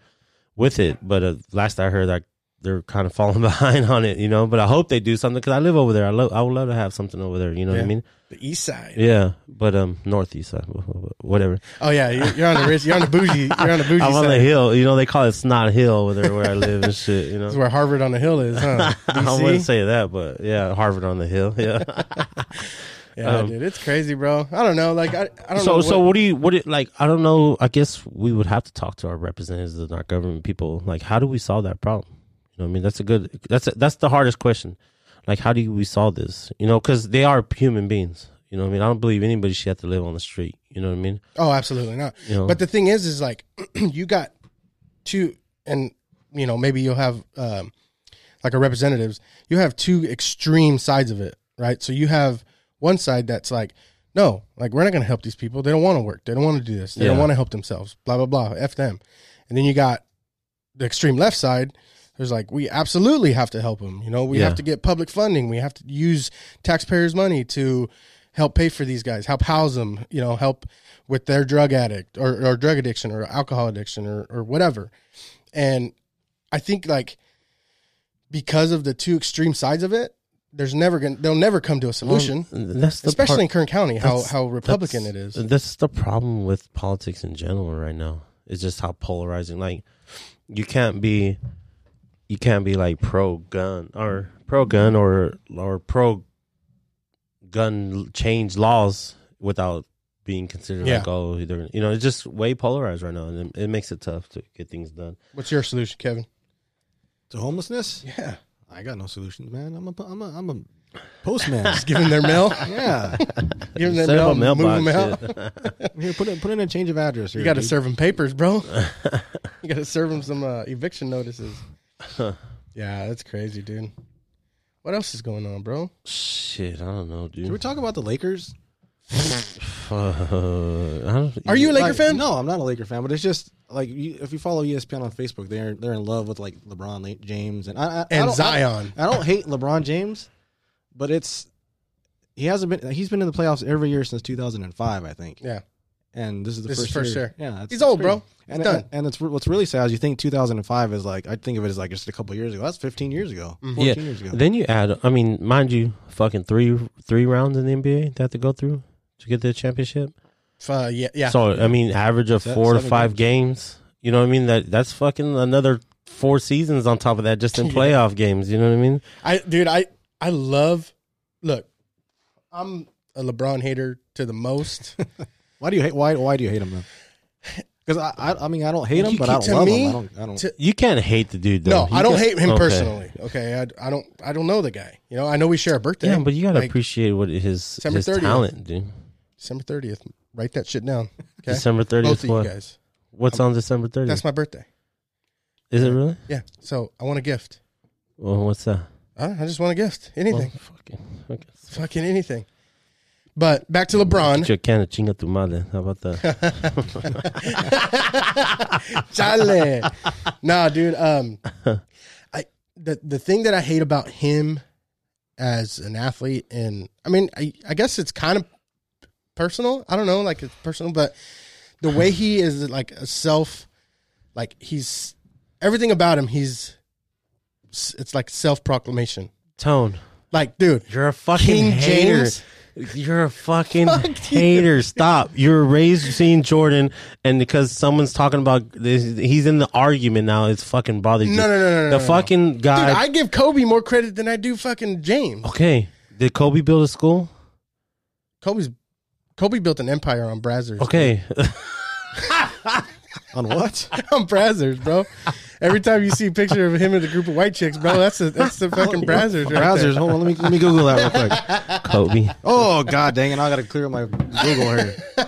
Speaker 3: with it. But uh, last I heard, like they're kind of falling behind on it, you know. But I hope they do something because I live over there. I love. I would love to have something over there. You know what
Speaker 2: Yeah.
Speaker 3: I mean?
Speaker 2: the East Side.
Speaker 3: Yeah. But um, northeast side, wh- wh- whatever.
Speaker 2: Oh yeah, you're, you're on the rich, you're on the bougie, you're on the bougie
Speaker 3: I'm on the
Speaker 2: side.
Speaker 3: hill. You know, they call it Snot Hill over there where I live and shit. You know.
Speaker 2: That's where Harvard on the hill is, huh?
Speaker 3: I
Speaker 2: DC?
Speaker 3: wouldn't say that, but yeah, Harvard on the hill. Yeah.
Speaker 2: yeah,
Speaker 3: um,
Speaker 2: dude, it's crazy, bro. I don't know, like I, I don't
Speaker 3: so
Speaker 2: know.
Speaker 3: so what do you what do you- like? I don't know. I guess we would have to talk to our representatives and our government people. Like, how do we solve that problem? You know, what I mean, that's a good. That's a, that's the hardest question. Like, how do we solve this? You know, because they are human beings. You know, what I mean, I don't believe anybody should have to live on the street. You know what I mean?
Speaker 2: Oh, absolutely not.
Speaker 3: You know?
Speaker 2: But the thing is, is like you got two, and you know maybe you'll have um, like a representatives. You have two extreme sides of it, right? So you have one side that's like, no, like we're not going to help these people. They don't want to work. They don't want to do this. They don't
Speaker 3: Yeah.
Speaker 2: want to help themselves. Blah blah blah. F them. And then you got the extreme left side. There's like we absolutely have to help them. You know, we
Speaker 3: Yeah.
Speaker 2: have to get public funding. We have to use taxpayers' money to help pay for these guys, help house them, you know, help with their drug addict or, or drug addiction or alcohol addiction or, or whatever. And I think like because of the two extreme sides of it, there's never gonna they'll never come to a solution.
Speaker 3: And Um, that's the
Speaker 2: especially
Speaker 3: part-
Speaker 2: in Kern County, how
Speaker 3: that's-
Speaker 2: how Republican it
Speaker 3: that's-
Speaker 2: is.
Speaker 3: That's the problem with politics in general right now. It's just how polarizing. Like you can't be, you can't be like pro gun or pro gun or or pro gun change laws without being considered like
Speaker 2: Yeah.
Speaker 3: oh they're you know it's just way polarized right now and it, it makes it tough to get things done.
Speaker 2: What's your solution, Kevin?
Speaker 4: To homelessness?
Speaker 2: Yeah.
Speaker 4: I got no solutions, man. I'm a I'm a I'm a postman.
Speaker 2: Give them their mail.
Speaker 4: yeah.
Speaker 2: Give them
Speaker 3: Set
Speaker 2: their mail.
Speaker 3: up a
Speaker 2: Move them out.
Speaker 3: mailbox. shit.
Speaker 4: Here, put in, put in a change of address. Here,
Speaker 2: You got to
Speaker 4: dude.
Speaker 2: serve them papers, bro. you got to serve them some uh, eviction notices. yeah, that's crazy, dude. What else is going on, bro?
Speaker 3: Shit, I don't know,
Speaker 4: Can we
Speaker 3: dude.
Speaker 4: talk about the Lakers?
Speaker 3: Fuck. I don't,
Speaker 2: Are you a Laker
Speaker 4: Like,
Speaker 2: fan?
Speaker 4: No, I'm not a Laker fan. But it's just like you, if you follow E ESPN on Facebook, they're they're in love with like LeBron La- James and I, I, I
Speaker 2: And
Speaker 4: don't- I don't-
Speaker 2: Zion.
Speaker 4: I don't hate LeBron James, but it's he hasn't been. He's been in the playoffs every year since 2005, I think.
Speaker 2: Yeah.
Speaker 4: and this is the
Speaker 2: This is
Speaker 4: first,
Speaker 2: first
Speaker 4: year.
Speaker 2: year.
Speaker 4: Yeah, that's-
Speaker 2: He's
Speaker 4: that's
Speaker 2: old,
Speaker 4: crazy.
Speaker 2: bro.
Speaker 4: And,
Speaker 2: He's done.
Speaker 4: and and it's what's really sad is you think 2005 is like I think of it as like just a couple years ago. That's 15 years ago,
Speaker 2: Mm-hmm.
Speaker 4: 14 years ago.
Speaker 3: Then you add, I mean, mind you, fucking three three rounds in the NBA they have to go through to get the championship.
Speaker 2: F- Uh, yeah, yeah.
Speaker 3: So I mean, average of
Speaker 4: Se-
Speaker 3: four to
Speaker 4: seven
Speaker 3: five games. You know what I mean? That that's fucking another four seasons on top of that, just in
Speaker 2: Yeah.
Speaker 3: playoff games. You know what I mean?
Speaker 2: I, dude, I, I love. Look, I'm a LeBron hater to the most.
Speaker 4: Why do you hate? Why why do you hate him though? Because I, I I mean I don't hate him,
Speaker 2: You
Speaker 4: but I
Speaker 2: keep
Speaker 4: don't
Speaker 2: telling
Speaker 4: love
Speaker 2: me
Speaker 4: him. I don't. I don't.
Speaker 2: to-
Speaker 3: You can't hate the dude. though.
Speaker 2: no,
Speaker 3: You
Speaker 2: I don't
Speaker 3: just-
Speaker 2: hate him
Speaker 3: okay.
Speaker 2: personally. Okay, I, I don't, I don't know the guy. You know, I know we share a birthday.
Speaker 3: Yeah, but you gotta
Speaker 2: Like,
Speaker 3: appreciate what his
Speaker 2: December
Speaker 3: his
Speaker 2: 30th.
Speaker 3: talent, dude.
Speaker 2: December thirtieth. Write that shit down. Okay,
Speaker 3: December
Speaker 2: both of
Speaker 3: thirtieth.
Speaker 2: you
Speaker 3: What?
Speaker 2: guys.
Speaker 3: What's on December
Speaker 2: That's
Speaker 3: thirtieth?
Speaker 2: my birthday.
Speaker 3: Is it really?
Speaker 2: Yeah, so I want a gift.
Speaker 3: Well, what's that?
Speaker 2: I, I just want a gift. Anything.
Speaker 3: Well, fucking. Okay.
Speaker 2: fucking anything. But back to LeBron.
Speaker 3: Get you a can of chinga tu madre. How about that?
Speaker 2: Chale. nah, dude. Um, I the the thing that I hate about him as an athlete, and I mean, I, I guess it's kind of personal. I don't know, like it's personal, but the way he is like a self, like he's everything about him. He's it's like self proclamation.
Speaker 3: Tone.
Speaker 2: Like, dude,
Speaker 3: You're a fucking
Speaker 2: King
Speaker 3: hater.
Speaker 2: James?
Speaker 3: You're a fucking hater. Stop. You're raised seeing Jordan, and because someone's talking about this, he's in the argument now. It's fucking bothering you.
Speaker 2: No, no, no, no, no,
Speaker 3: The
Speaker 2: no.
Speaker 3: fucking
Speaker 2: Dude,
Speaker 3: guy.
Speaker 2: I give Kobe more credit than I do fucking James.
Speaker 3: okay. Did Kobe build a school?
Speaker 2: Kobe's Kobe built an empire on Brazzers.
Speaker 3: Okay.
Speaker 4: On what?
Speaker 2: on Brazzers, bro. Every time you see a picture of him and a group of white chicks, bro, that's a, that's the fucking Brazzers right
Speaker 4: Browsers. Hold on. Let me let me Google that real quick.
Speaker 3: Kobe.
Speaker 4: Oh god, dang it! I gotta clear my Google here. I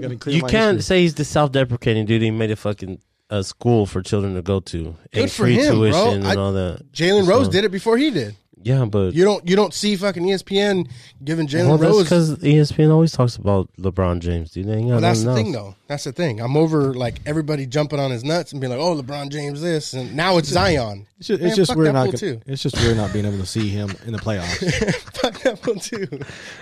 Speaker 4: gotta clear.
Speaker 3: You
Speaker 4: my
Speaker 3: can't
Speaker 4: history.
Speaker 3: say he's the self-deprecating dude. He made a fucking a school for children to go to
Speaker 2: Good
Speaker 3: and
Speaker 2: for
Speaker 3: free
Speaker 2: him, bro.
Speaker 3: tuition and
Speaker 2: I-
Speaker 3: all that.
Speaker 2: Jalen
Speaker 3: So-
Speaker 2: Rose did it before he did.
Speaker 3: Yeah, but
Speaker 2: You don't you don't see fucking E ESPN giving
Speaker 3: well,
Speaker 2: Jalen
Speaker 3: that's E
Speaker 2: Rose.
Speaker 3: because ESPN always talks about LeBron James, dude. They ain't got
Speaker 2: Well, that's the
Speaker 3: nothing
Speaker 2: thing,
Speaker 3: else.
Speaker 2: though. That's the thing. I'm over like everybody jumping on his nuts and being like, "Oh, LeBron James, this," and now it's Zion.
Speaker 4: It's just,
Speaker 2: Man,
Speaker 4: it's just
Speaker 2: fuck
Speaker 4: we're
Speaker 2: that
Speaker 4: not.
Speaker 2: fool,
Speaker 4: gonna-
Speaker 2: too.
Speaker 4: It's just we're not being able to see him in the playoffs.
Speaker 2: Fuck that one too.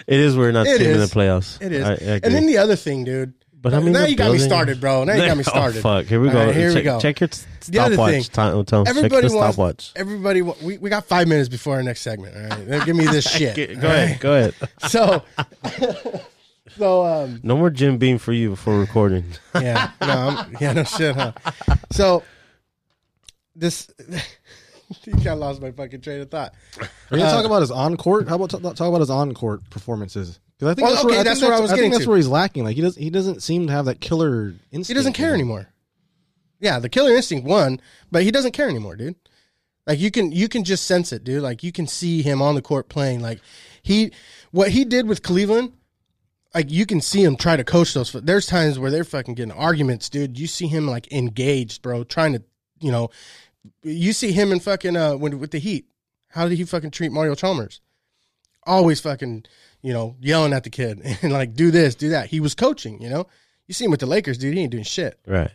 Speaker 3: It is we're not
Speaker 2: It
Speaker 3: seeing in the
Speaker 2: is.
Speaker 3: playoffs.
Speaker 2: It is.
Speaker 3: I- I agree.
Speaker 2: and then the other thing, dude.
Speaker 3: but I mean,
Speaker 2: now
Speaker 3: they're
Speaker 2: you got me
Speaker 3: building-
Speaker 2: started, bro. Now you got me
Speaker 3: Oh,
Speaker 2: started.
Speaker 3: fuck, here we
Speaker 2: All
Speaker 3: go.
Speaker 2: right, here
Speaker 3: check,
Speaker 2: we go.
Speaker 3: Check your
Speaker 2: The other thing,
Speaker 3: stopwatch. Time, time.
Speaker 2: Everybody
Speaker 3: check your
Speaker 2: wants.
Speaker 3: stopwatch.
Speaker 2: Everybody, wa- we, we got five minutes before our next segment. All right, give me this shit.
Speaker 3: Go ahead. Go ahead.
Speaker 2: So, so um,
Speaker 3: No more Jim Beam for you before recording.
Speaker 2: yeah, no, I'm, yeah, no shit, huh? So this, I got lost my fucking train of thought.
Speaker 4: Are you gonna talk about his on court? How about t- talk about his on court performances? Because I think
Speaker 2: Well,
Speaker 4: that's
Speaker 2: okay,
Speaker 4: where, I
Speaker 2: that's
Speaker 4: think
Speaker 2: where I was
Speaker 4: think
Speaker 2: getting
Speaker 4: that's
Speaker 2: to.
Speaker 4: where he's lacking. Like he doesn't he doesn't seem to have that killer instinct.
Speaker 2: He doesn't care
Speaker 4: anymore.
Speaker 2: anymore. Yeah, the killer instinct won, but he doesn't care anymore, dude. Like you can you can just sense it, dude. Like you can see him on the court playing. Like he what he did with Cleveland, like you can see him try to coach those. There's times where they're fucking getting arguments, dude. You see him like engaged, bro, trying to you know, you see him in fucking uh when with the Heat. How did he fucking treat Mario Chalmers? Always fucking you know yelling at the kid and like do this, do that. He was coaching, you know. You see him with the Lakers, dude. He ain't doing shit.
Speaker 3: right.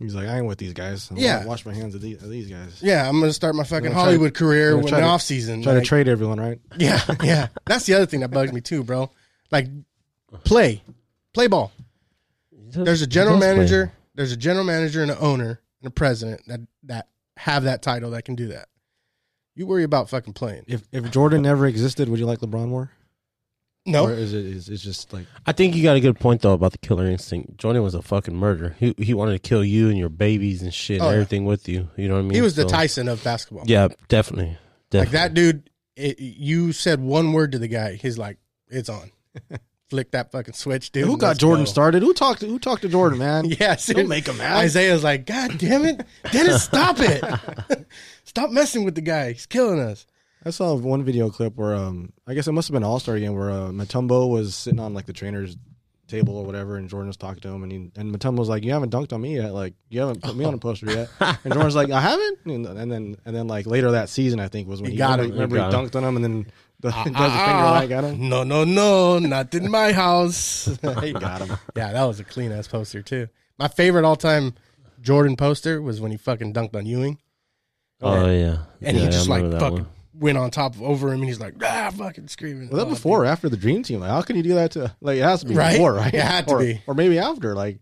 Speaker 4: He's like, I ain't with these guys. I'm
Speaker 2: Yeah.
Speaker 4: gonna wash my hands of these, of these guys.
Speaker 2: Yeah, I'm gonna start my fucking
Speaker 4: I'm gonna try
Speaker 2: Hollywood career
Speaker 4: I'm
Speaker 2: when
Speaker 4: gonna
Speaker 2: the
Speaker 4: try to-
Speaker 2: off season.
Speaker 4: Try to trade everyone, right?
Speaker 2: yeah, yeah. That's the other thing that bugs me too, bro. Like play, play ball. There's a general
Speaker 3: He does play.
Speaker 2: manager. There's a general manager and an owner and a president that that have that title that can do that. You worry about fucking playing.
Speaker 4: If if Jordan never existed, would you like LeBron more? Or
Speaker 2: No,
Speaker 4: is it is it's just like
Speaker 3: I think you got a good point though about the killer instinct. Jordan was a fucking murderer. He he wanted to kill you and your babies and shit,
Speaker 2: Oh,
Speaker 3: and
Speaker 2: yeah.
Speaker 3: everything with you. You know what I mean?
Speaker 2: he was the
Speaker 3: So-
Speaker 2: Tyson of basketball.
Speaker 3: Yeah, definitely. Definitely.
Speaker 2: like that dude. It, you said one word to the guy. He's like, "It's on." Flick that fucking switch, dude.
Speaker 4: who
Speaker 2: and
Speaker 4: got
Speaker 2: let's
Speaker 4: Jordan
Speaker 2: go.
Speaker 4: started? Who talked to who talked to Jordan, man?
Speaker 2: Yeah, seriously.
Speaker 4: make him mad.
Speaker 2: Isaiah's like, God damn it, Dennis, stop it, stop messing with the guy. He's killing us.
Speaker 4: I saw one video clip where um I guess it must have been an All Star game where uh, Matumbo was sitting on like the trainer's table or whatever, and Jordan was talking to him, and he, and Matumbo was like, "You haven't dunked on me yet, like you haven't put me on a poster yet," and Jordan's like, "I haven't," and, and then and then like later that season I think was when
Speaker 2: He
Speaker 4: he,
Speaker 2: got him.
Speaker 4: remember, remember
Speaker 3: He
Speaker 4: he,
Speaker 3: got him.
Speaker 4: dunked on him, and then the, does the finger
Speaker 2: Ah,
Speaker 4: like at him.
Speaker 2: No, no, no, not in my house. yeah,
Speaker 4: Got him.
Speaker 2: that was a clean ass poster too. My favorite all time Jordan poster was when he fucking dunked on Ewing,
Speaker 3: Oh yeah.
Speaker 2: and
Speaker 3: Yeah,
Speaker 2: he
Speaker 3: I
Speaker 2: just like
Speaker 3: remember that
Speaker 2: fucking
Speaker 3: one.
Speaker 2: went on top of over him, and he's like, ah, fucking screaming.
Speaker 4: Was that
Speaker 2: Oh,
Speaker 4: before or after the dream team? Like, how can you do that to? Like, it has to be
Speaker 2: Right?
Speaker 4: before, right?
Speaker 2: It had to
Speaker 4: or,
Speaker 2: be.
Speaker 4: or maybe after. Like,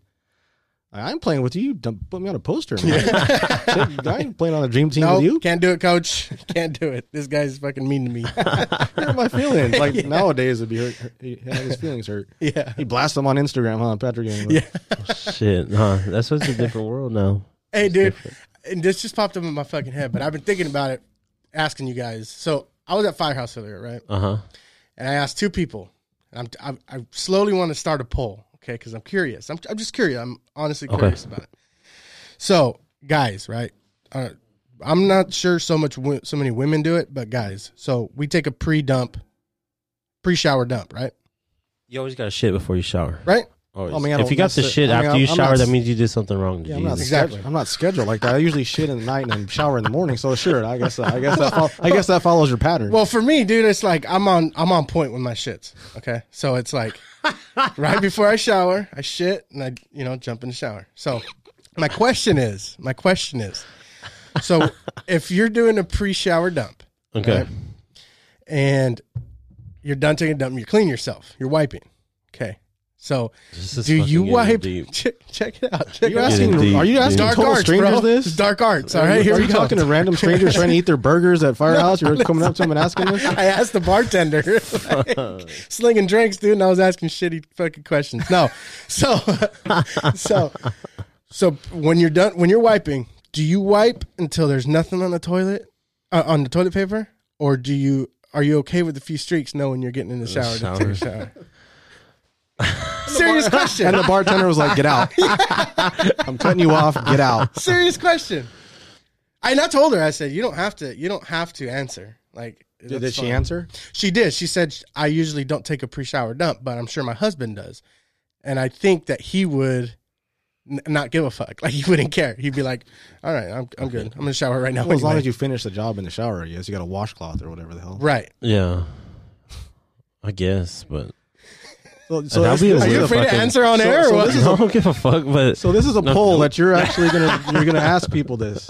Speaker 4: I- I'm playing with you. You dump- put me on a poster. Man. I ain't playing on a dream team
Speaker 2: dude.
Speaker 4: with
Speaker 2: No,
Speaker 4: you.
Speaker 2: can't do it, coach. Can't do it. This guy's fucking mean to me.
Speaker 4: Hurt my feelings. Like nowadays, it'd be hurt. hurt- he'd have his feelings hurt.
Speaker 2: yeah.
Speaker 4: He blasts them on Instagram, huh, Patrick? Ewing?
Speaker 2: Yeah.
Speaker 3: Shit, huh? That's such a different world now.
Speaker 2: Hey, dude, and this just popped up in my fucking head, but I've been thinking about it, asking you guys. So I was at Firehouse earlier, right?
Speaker 3: Uh huh.
Speaker 2: And I asked two people. And I'm, I, I slowly want to start a poll, okay? Because I'm curious. I'm, I'm just curious. I'm honestly curious about it. So, guys, right? Uh, I'm not sure so much wo- so many women do it, but guys. So we take a pre-dump, pre-shower dump, right?
Speaker 3: You always got to shit before you shower.
Speaker 2: Right?
Speaker 3: Always.
Speaker 4: I mean, I
Speaker 3: Oh, if you
Speaker 4: don't-
Speaker 3: got the
Speaker 4: that's it.
Speaker 3: shit
Speaker 4: I mean,
Speaker 3: after
Speaker 4: I'm-
Speaker 3: you
Speaker 4: I'm
Speaker 3: shower,
Speaker 4: not-
Speaker 3: that means you did something wrong.
Speaker 4: Yeah, I'm not
Speaker 3: Jesus.
Speaker 2: Exactly.
Speaker 4: exactly. I'm not scheduled like that. I usually shit in the night and shower in the morning. So sure, I guess uh, I guess that fol- I guess that follows your pattern.
Speaker 2: Well, for me, dude, it's like I'm on I'm on point with my shits. Okay, so it's like right before I shower, I shit and I you know jump in the shower. So my question is, my question is, so if you're doing a pre-shower dump
Speaker 3: Okay.
Speaker 2: Right. and you're done taking a dump, you clean yourself, you're wiping. Okay, So,
Speaker 3: This is
Speaker 2: do you
Speaker 3: fucking getting
Speaker 2: wipe?
Speaker 3: deep.
Speaker 2: Check, check it out. Check
Speaker 4: You're
Speaker 2: it out.
Speaker 4: asking.
Speaker 3: Indeed.
Speaker 4: Are you asking
Speaker 2: Dark
Speaker 4: total
Speaker 2: arts,
Speaker 4: strangers
Speaker 2: bro.
Speaker 4: this?
Speaker 2: Dark arts. All right,
Speaker 4: Are
Speaker 2: here
Speaker 4: you
Speaker 2: we go.
Speaker 4: talking to random strangers trying to eat their burgers at Firehouse? You're coming up to them and asking this?
Speaker 2: I asked the bartender, like, slinging drinks, dude, and I was asking shitty fucking questions. No, so, so, so when you're done, when you're wiping, do you wipe until there's nothing on the toilet, uh, on the toilet paper, or do you? Are you okay with a few streaks knowing you're getting in the shower? To take a shower? Serious question.
Speaker 4: And the bartender was like, "Get out! I'm cutting you off. Get out."
Speaker 2: Serious question. And I told her, I said, you don't have to. You don't have to answer. Like,
Speaker 4: Did,
Speaker 2: that's
Speaker 4: she
Speaker 2: fine.
Speaker 4: answer?
Speaker 2: She did. She said, I usually don't take a pre shower dump, but I'm sure my husband does. And I think that he would n- not give a fuck. Like, he wouldn't care. He'd be like, all right, I'm, I'm good. I'm going to shower right now.
Speaker 4: Well, as long
Speaker 2: anyway."
Speaker 4: as you finish the job in the shower, yes, you got a washcloth or whatever the hell.
Speaker 2: right.
Speaker 3: Yeah, I guess, but
Speaker 4: So,
Speaker 3: That'd
Speaker 4: that's-
Speaker 3: be a
Speaker 2: Are
Speaker 3: Who
Speaker 2: you
Speaker 3: the
Speaker 2: afraid to
Speaker 3: fuck is-
Speaker 2: answer on
Speaker 4: so-
Speaker 2: air or
Speaker 4: so
Speaker 2: what?
Speaker 4: this
Speaker 3: I don't give a fuck. But
Speaker 4: So this is a
Speaker 3: No,
Speaker 4: poll
Speaker 3: no.
Speaker 4: that you're actually gonna you're gonna ask people this.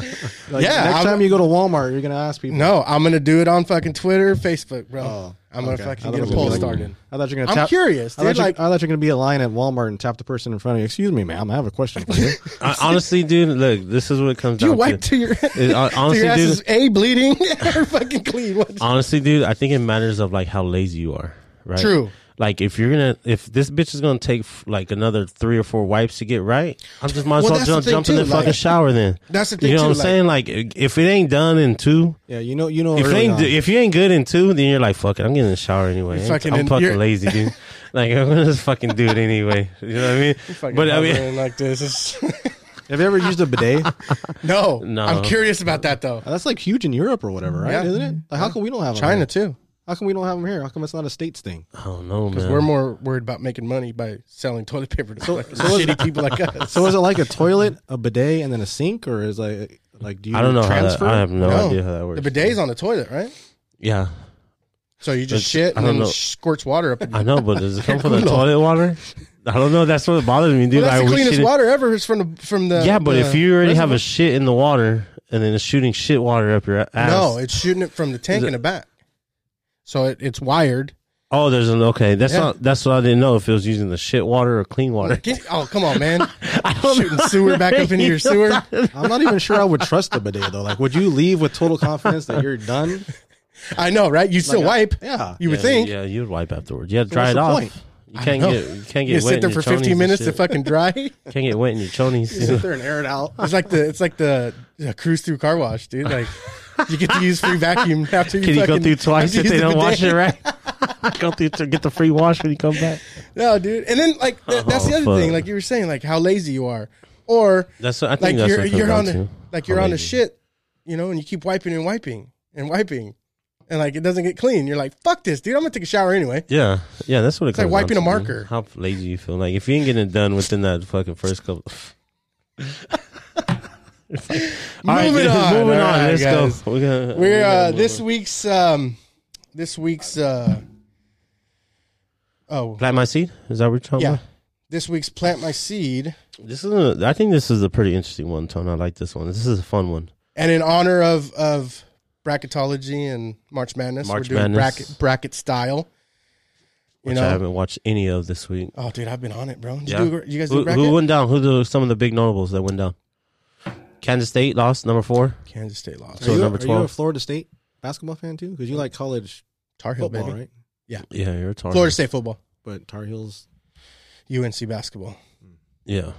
Speaker 4: Like,
Speaker 2: Yeah,
Speaker 4: Next
Speaker 2: I'm-
Speaker 4: time you go to Walmart, you're gonna ask people.
Speaker 2: no, I'm going to do it on fucking Twitter, Facebook, bro.
Speaker 4: Oh,
Speaker 2: I'm going
Speaker 4: okay.
Speaker 2: to
Speaker 4: I
Speaker 2: fucking
Speaker 4: thought
Speaker 2: get
Speaker 4: it
Speaker 2: a
Speaker 4: was
Speaker 2: poll
Speaker 4: like-
Speaker 2: started.
Speaker 4: I thought you're gonna.
Speaker 2: I'm
Speaker 4: tap,
Speaker 2: curious,
Speaker 4: I thought,
Speaker 2: dude.
Speaker 4: you,
Speaker 2: Like,
Speaker 4: I thought you're gonna be a line at Walmart and tap the person in front of you. Excuse me, ma'am. I have a question for you.
Speaker 3: I, honestly, dude, look, this is what it comes
Speaker 2: do you
Speaker 3: down
Speaker 2: wipe
Speaker 3: to.
Speaker 2: to your,
Speaker 3: It- hon-
Speaker 2: to
Speaker 3: honestly,
Speaker 2: your ass
Speaker 3: dude-
Speaker 2: is A, bleeding, or fucking clean? What?
Speaker 3: Honestly, dude, I think it matters of like how lazy you are. Right.
Speaker 2: True.
Speaker 3: Like if you're gonna if this bitch is gonna take f- like another three or four wipes to get right, I'm just might as
Speaker 2: Well,
Speaker 3: well
Speaker 2: that's the
Speaker 3: jump,
Speaker 2: thing,
Speaker 3: jump in
Speaker 2: too,
Speaker 3: the fucking
Speaker 2: like-
Speaker 3: shower then.
Speaker 2: That's the thing,
Speaker 3: You know
Speaker 2: too,
Speaker 3: what I'm
Speaker 2: like-
Speaker 3: saying? Like i- if it ain't done in two,
Speaker 4: yeah, you know, you know.
Speaker 3: if it
Speaker 4: early
Speaker 3: ain't
Speaker 4: on.
Speaker 3: if you ain't good in two, then you're like fuck it, I'm getting in the shower anyway.
Speaker 2: fucking
Speaker 3: I'm fucking, I'm
Speaker 2: in-
Speaker 3: fucking
Speaker 2: you're-
Speaker 3: lazy, dude. like I'm gonna just fucking do it anyway. You know what I mean?
Speaker 2: Fucking
Speaker 3: But I mean,
Speaker 2: hovering like this. It's-
Speaker 4: have you ever used a bidet? Oh,
Speaker 2: no,
Speaker 3: No.
Speaker 2: I'm curious about that though.
Speaker 4: That's like huge in Europe or whatever, right?
Speaker 2: Yeah.
Speaker 4: Isn't it? Like, how come we don't have 'em
Speaker 2: China
Speaker 4: here?
Speaker 2: too.
Speaker 4: How come we don't have them here? How come it's not a states thing?
Speaker 3: I don't know, man.
Speaker 2: We're more worried about making money by selling toilet paper to fucking
Speaker 4: is-
Speaker 2: shitty people like us.
Speaker 4: So is it like a toilet, a bidet, and then a sink, or is like like do you?
Speaker 3: I don't know. How that,
Speaker 4: Transfer?
Speaker 3: I have no, idea how that works.
Speaker 2: The bidet's on the toilet, right?
Speaker 3: yeah,
Speaker 2: So you just
Speaker 3: It's-
Speaker 2: shit
Speaker 3: I
Speaker 2: and
Speaker 3: don't
Speaker 2: then
Speaker 3: know.
Speaker 2: squirts water up. in-
Speaker 3: I know, but does it come from the
Speaker 2: Culo.
Speaker 3: toilet water? I don't know. That's what bothers me, dude.
Speaker 2: well, that's
Speaker 3: I
Speaker 2: the
Speaker 3: wish
Speaker 2: cleanest
Speaker 3: it-
Speaker 2: water ever. Is from the from the
Speaker 3: Yeah, but
Speaker 2: the
Speaker 3: if you already have
Speaker 2: reservoir.
Speaker 3: a shit in the water and then it's shooting shit water up your ass.
Speaker 2: no, it's shooting it from the tank
Speaker 3: Is it-
Speaker 2: in the back. So it, it's wired.
Speaker 3: oh, there's an okay. That's
Speaker 2: Yeah.
Speaker 3: not. That's what I didn't know if it was using the shit water or clean water.
Speaker 2: Get- oh come on, man!
Speaker 3: don't
Speaker 2: Shooting sewer back up into your sewer.
Speaker 4: I'm not even sure I would trust a bidet though. Like, would you leave with total confidence that you're done?
Speaker 2: I know, right? You still wipe.
Speaker 4: Yeah.
Speaker 2: You would
Speaker 3: yeah,
Speaker 2: think.
Speaker 3: Yeah, you'd wipe afterwards. You had to dry
Speaker 4: what's
Speaker 3: it
Speaker 4: the
Speaker 3: off.
Speaker 4: point?
Speaker 3: You can't
Speaker 2: know.
Speaker 3: get. You can't get.
Speaker 2: You
Speaker 3: wet
Speaker 2: sit there
Speaker 3: in your
Speaker 2: for 15
Speaker 3: chonies
Speaker 2: minutes to
Speaker 3: and shit.
Speaker 2: fucking dry.
Speaker 3: Can't get wet in your chonies.
Speaker 4: Sit there and air it out.
Speaker 2: It's like the it's like the, the cruise through car wash, dude. Like you get to use free vacuum after you.
Speaker 3: Can you go
Speaker 2: fucking-
Speaker 3: through
Speaker 2: after
Speaker 3: twice
Speaker 2: you
Speaker 3: if
Speaker 2: use
Speaker 3: they
Speaker 2: the
Speaker 3: don't wash
Speaker 2: bidet?
Speaker 3: it right? go through to get the free wash when you come back.
Speaker 2: No, dude. And then like th- that's the
Speaker 3: Oh,
Speaker 2: other
Speaker 3: fuck.
Speaker 2: thing, like you were saying, like how lazy you are, or
Speaker 3: That's. what- I think
Speaker 2: like
Speaker 3: that's
Speaker 2: you're
Speaker 3: what it comes
Speaker 2: you're on
Speaker 3: down
Speaker 2: the
Speaker 3: to.
Speaker 2: like
Speaker 3: How
Speaker 2: you're on the
Speaker 3: lazy.
Speaker 2: shit, you know, and you keep wiping and wiping and wiping, and like it doesn't get clean. You're like, fuck this, dude. I'm gonna take a shower anyway.
Speaker 3: Yeah, yeah, that's what it it's
Speaker 2: like
Speaker 3: comes
Speaker 2: wiping
Speaker 3: down
Speaker 2: a
Speaker 3: to, dude.
Speaker 2: marker.
Speaker 3: How lazy you feel? Like if you ain't getting it done within that fucking first couple. It's like- all right,
Speaker 2: Moving
Speaker 3: dude,
Speaker 2: on,
Speaker 3: moving
Speaker 2: all
Speaker 3: on.
Speaker 2: right,
Speaker 3: Let's
Speaker 2: guys.
Speaker 3: go. We're, gonna,
Speaker 2: We're uh,
Speaker 3: gonna
Speaker 2: this
Speaker 3: move
Speaker 2: week's um, this week's uh, oh
Speaker 3: on. plant my seed. Is that what you're talking
Speaker 2: yeah,
Speaker 3: about?
Speaker 2: this week's plant my seed.
Speaker 3: This is. A, I think this is a pretty interesting one, Tone. I like this one. This is a fun one.
Speaker 2: And in honor of of bracketology and March Madness,
Speaker 3: March
Speaker 2: we're doing
Speaker 3: Madness.
Speaker 2: bracket bracket style. You
Speaker 3: Which I
Speaker 2: know,
Speaker 3: haven't watched any of this week.
Speaker 2: oh dude, I've been on it, bro. Did
Speaker 3: Yeah.
Speaker 2: you, do, you guys do
Speaker 3: Who,
Speaker 2: bracket?
Speaker 3: who went down? Who the, some of the big notables that went down? Kansas State lost number four.
Speaker 2: Kansas State lost.
Speaker 3: So
Speaker 4: are you,
Speaker 3: number
Speaker 4: are you a
Speaker 3: 12.
Speaker 4: Florida State basketball fan too? Because you like college
Speaker 2: Tar Heel,
Speaker 4: football,
Speaker 2: baby.
Speaker 4: right?
Speaker 3: Yeah, you're a Tar Heel.
Speaker 2: Florida State football,
Speaker 4: But Tar Heels.
Speaker 2: UNC basketball.
Speaker 3: Yeah.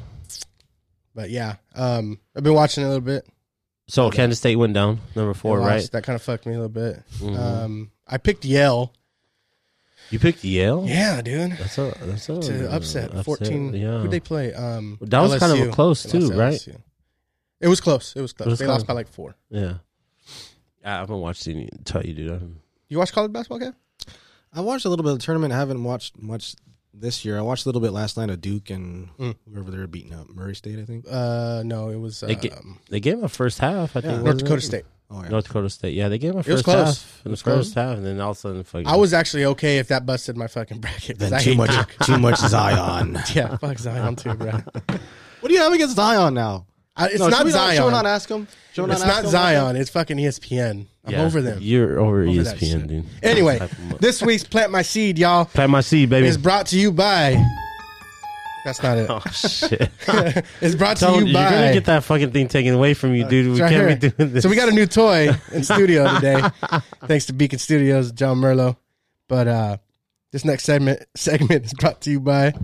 Speaker 2: But yeah, um, I've been watching a little bit.
Speaker 3: So Kansas State went down number four,
Speaker 2: They lost.
Speaker 3: right?
Speaker 2: That kind of fucked me a little bit.
Speaker 3: Mhm.
Speaker 2: Um, I picked Yale.
Speaker 3: You picked Yale.
Speaker 2: Yeah, dude.
Speaker 3: That's a that's a
Speaker 2: To upset, fourteen.
Speaker 3: Oh, Yeah,
Speaker 2: Who'd they play? Um,
Speaker 3: That was kind of a
Speaker 2: LSU.
Speaker 3: close,
Speaker 2: They
Speaker 3: too,
Speaker 2: lost to
Speaker 3: right?
Speaker 2: LSU. It was close. It was close.
Speaker 3: was
Speaker 2: they
Speaker 3: close.
Speaker 2: lost by like four.
Speaker 3: yeah. I haven't watched any. Tell you, dude. I haven't.
Speaker 2: You watch college basketball, Kev?
Speaker 4: I watched a little bit of the tournament. I haven't watched much this year. I watched a little bit last night of Duke and whoever they were beating up. Murray State, I think.
Speaker 2: Uh, no, it was
Speaker 3: They ga-
Speaker 2: um,
Speaker 3: They gave him a first half. I think
Speaker 4: Yeah.
Speaker 2: North
Speaker 3: wasn't
Speaker 2: Dakota
Speaker 3: it?
Speaker 2: State.
Speaker 4: Oh yeah.
Speaker 3: North Dakota State. Yeah, they gave him a
Speaker 2: was
Speaker 3: first
Speaker 2: close.
Speaker 3: half
Speaker 2: It
Speaker 3: in the
Speaker 2: was close.
Speaker 3: first half, and then all of a sudden, fucking.
Speaker 2: I was actually okay if that busted my fucking bracket. 'cause I hate Duke.
Speaker 4: too much Zion.
Speaker 2: Yeah, fuck Zion too, bro.
Speaker 4: What do you have against Zion now?
Speaker 2: I, it's
Speaker 4: No, should
Speaker 2: not
Speaker 4: we Should we
Speaker 2: Zion.
Speaker 4: not ask him? Should we
Speaker 2: it's
Speaker 4: ask
Speaker 2: not
Speaker 4: him?
Speaker 2: Zion. It's fucking E ESPN. I'm
Speaker 3: Yeah,
Speaker 2: over them.
Speaker 3: You're over, E
Speaker 2: that
Speaker 3: ESPN,
Speaker 2: shit.
Speaker 3: dude.
Speaker 2: Anyway,
Speaker 3: Type 'em up.
Speaker 2: this week's Plant My Seed, y'all,
Speaker 3: plant my seed, baby.
Speaker 2: is brought to you by That's not it.
Speaker 3: Oh shit!
Speaker 2: It's brought to
Speaker 3: Don't-
Speaker 2: you
Speaker 3: you're gonna
Speaker 2: by.
Speaker 3: get that fucking thing taken away from you, dude. We
Speaker 2: It's right
Speaker 3: can't be
Speaker 2: here.
Speaker 3: doing this.
Speaker 2: So we got a new toy in studio today, thanks to Beacon Studios, John Merlo. But uh, this next segment segment is brought to you by.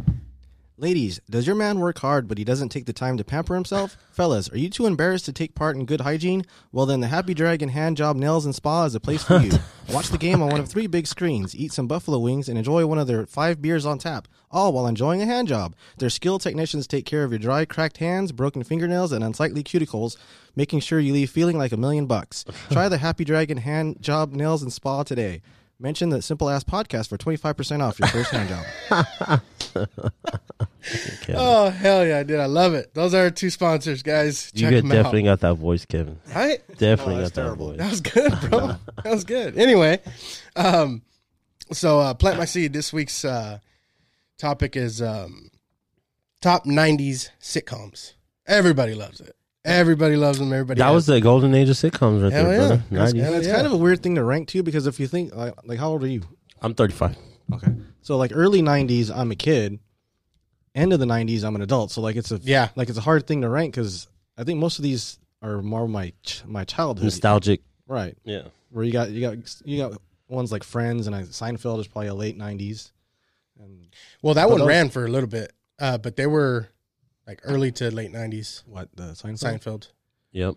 Speaker 4: Ladies, does your man work hard but he doesn't take the time to pamper himself? Fellas, are you too embarrassed to take part in good hygiene? Well, then the Happy Dragon Hand Job Nails and Spa is a place for you. Watch the game on one of three big screens, eat some buffalo wings, and enjoy one of their five beers on tap, all while enjoying a hand job. Their skilled technicians take care of your dry, cracked hands, broken fingernails, and unsightly cuticles, making sure you leave feeling like a million bucks. Try the Happy Dragon Hand Job Nails and Spa today. Mention the Simple Ass Podcast for 25% off your first hand job.
Speaker 2: Oh hell yeah, I did. I love it. Those are our two sponsors, guys.
Speaker 3: You
Speaker 2: Check Oh,
Speaker 3: get
Speaker 2: them
Speaker 3: definitely got that voice, Kevin.
Speaker 2: out. Right?
Speaker 3: Definitely
Speaker 4: that's
Speaker 3: got that
Speaker 4: terrible.
Speaker 3: voice.
Speaker 2: That was good, bro. that was good. Anyway, um, so uh, plant my seed. This week's uh, topic is um, top '90s sitcoms. Everybody loves it. Everybody loves them. Everybody.
Speaker 3: That
Speaker 2: has
Speaker 3: was the golden age of sitcoms, right
Speaker 2: Hell
Speaker 3: there,
Speaker 2: yeah.
Speaker 3: brother.
Speaker 2: That's-
Speaker 3: 90s.
Speaker 4: And it's
Speaker 2: Yeah.
Speaker 4: kind of a weird thing to rank too, because if you think like, like how old are you?
Speaker 3: I'm 35.
Speaker 4: Okay. So like early '90s, I'm a kid. End of the '90s, I'm an adult. So like it's a
Speaker 2: Yeah.
Speaker 4: like it's a hard thing to rank because I think most of these are more my ch- my childhood,
Speaker 3: Nostalgic.
Speaker 4: right?
Speaker 3: Yeah.
Speaker 4: Where you got you got you got ones like Friends and I, Seinfeld is probably a late '90s. And
Speaker 2: Well, that
Speaker 4: But
Speaker 2: one
Speaker 4: those-
Speaker 2: ran for a little bit, uh, but they were like early to late '90s.
Speaker 4: what the Seinfeld?
Speaker 2: Seinfeld.
Speaker 3: Yep.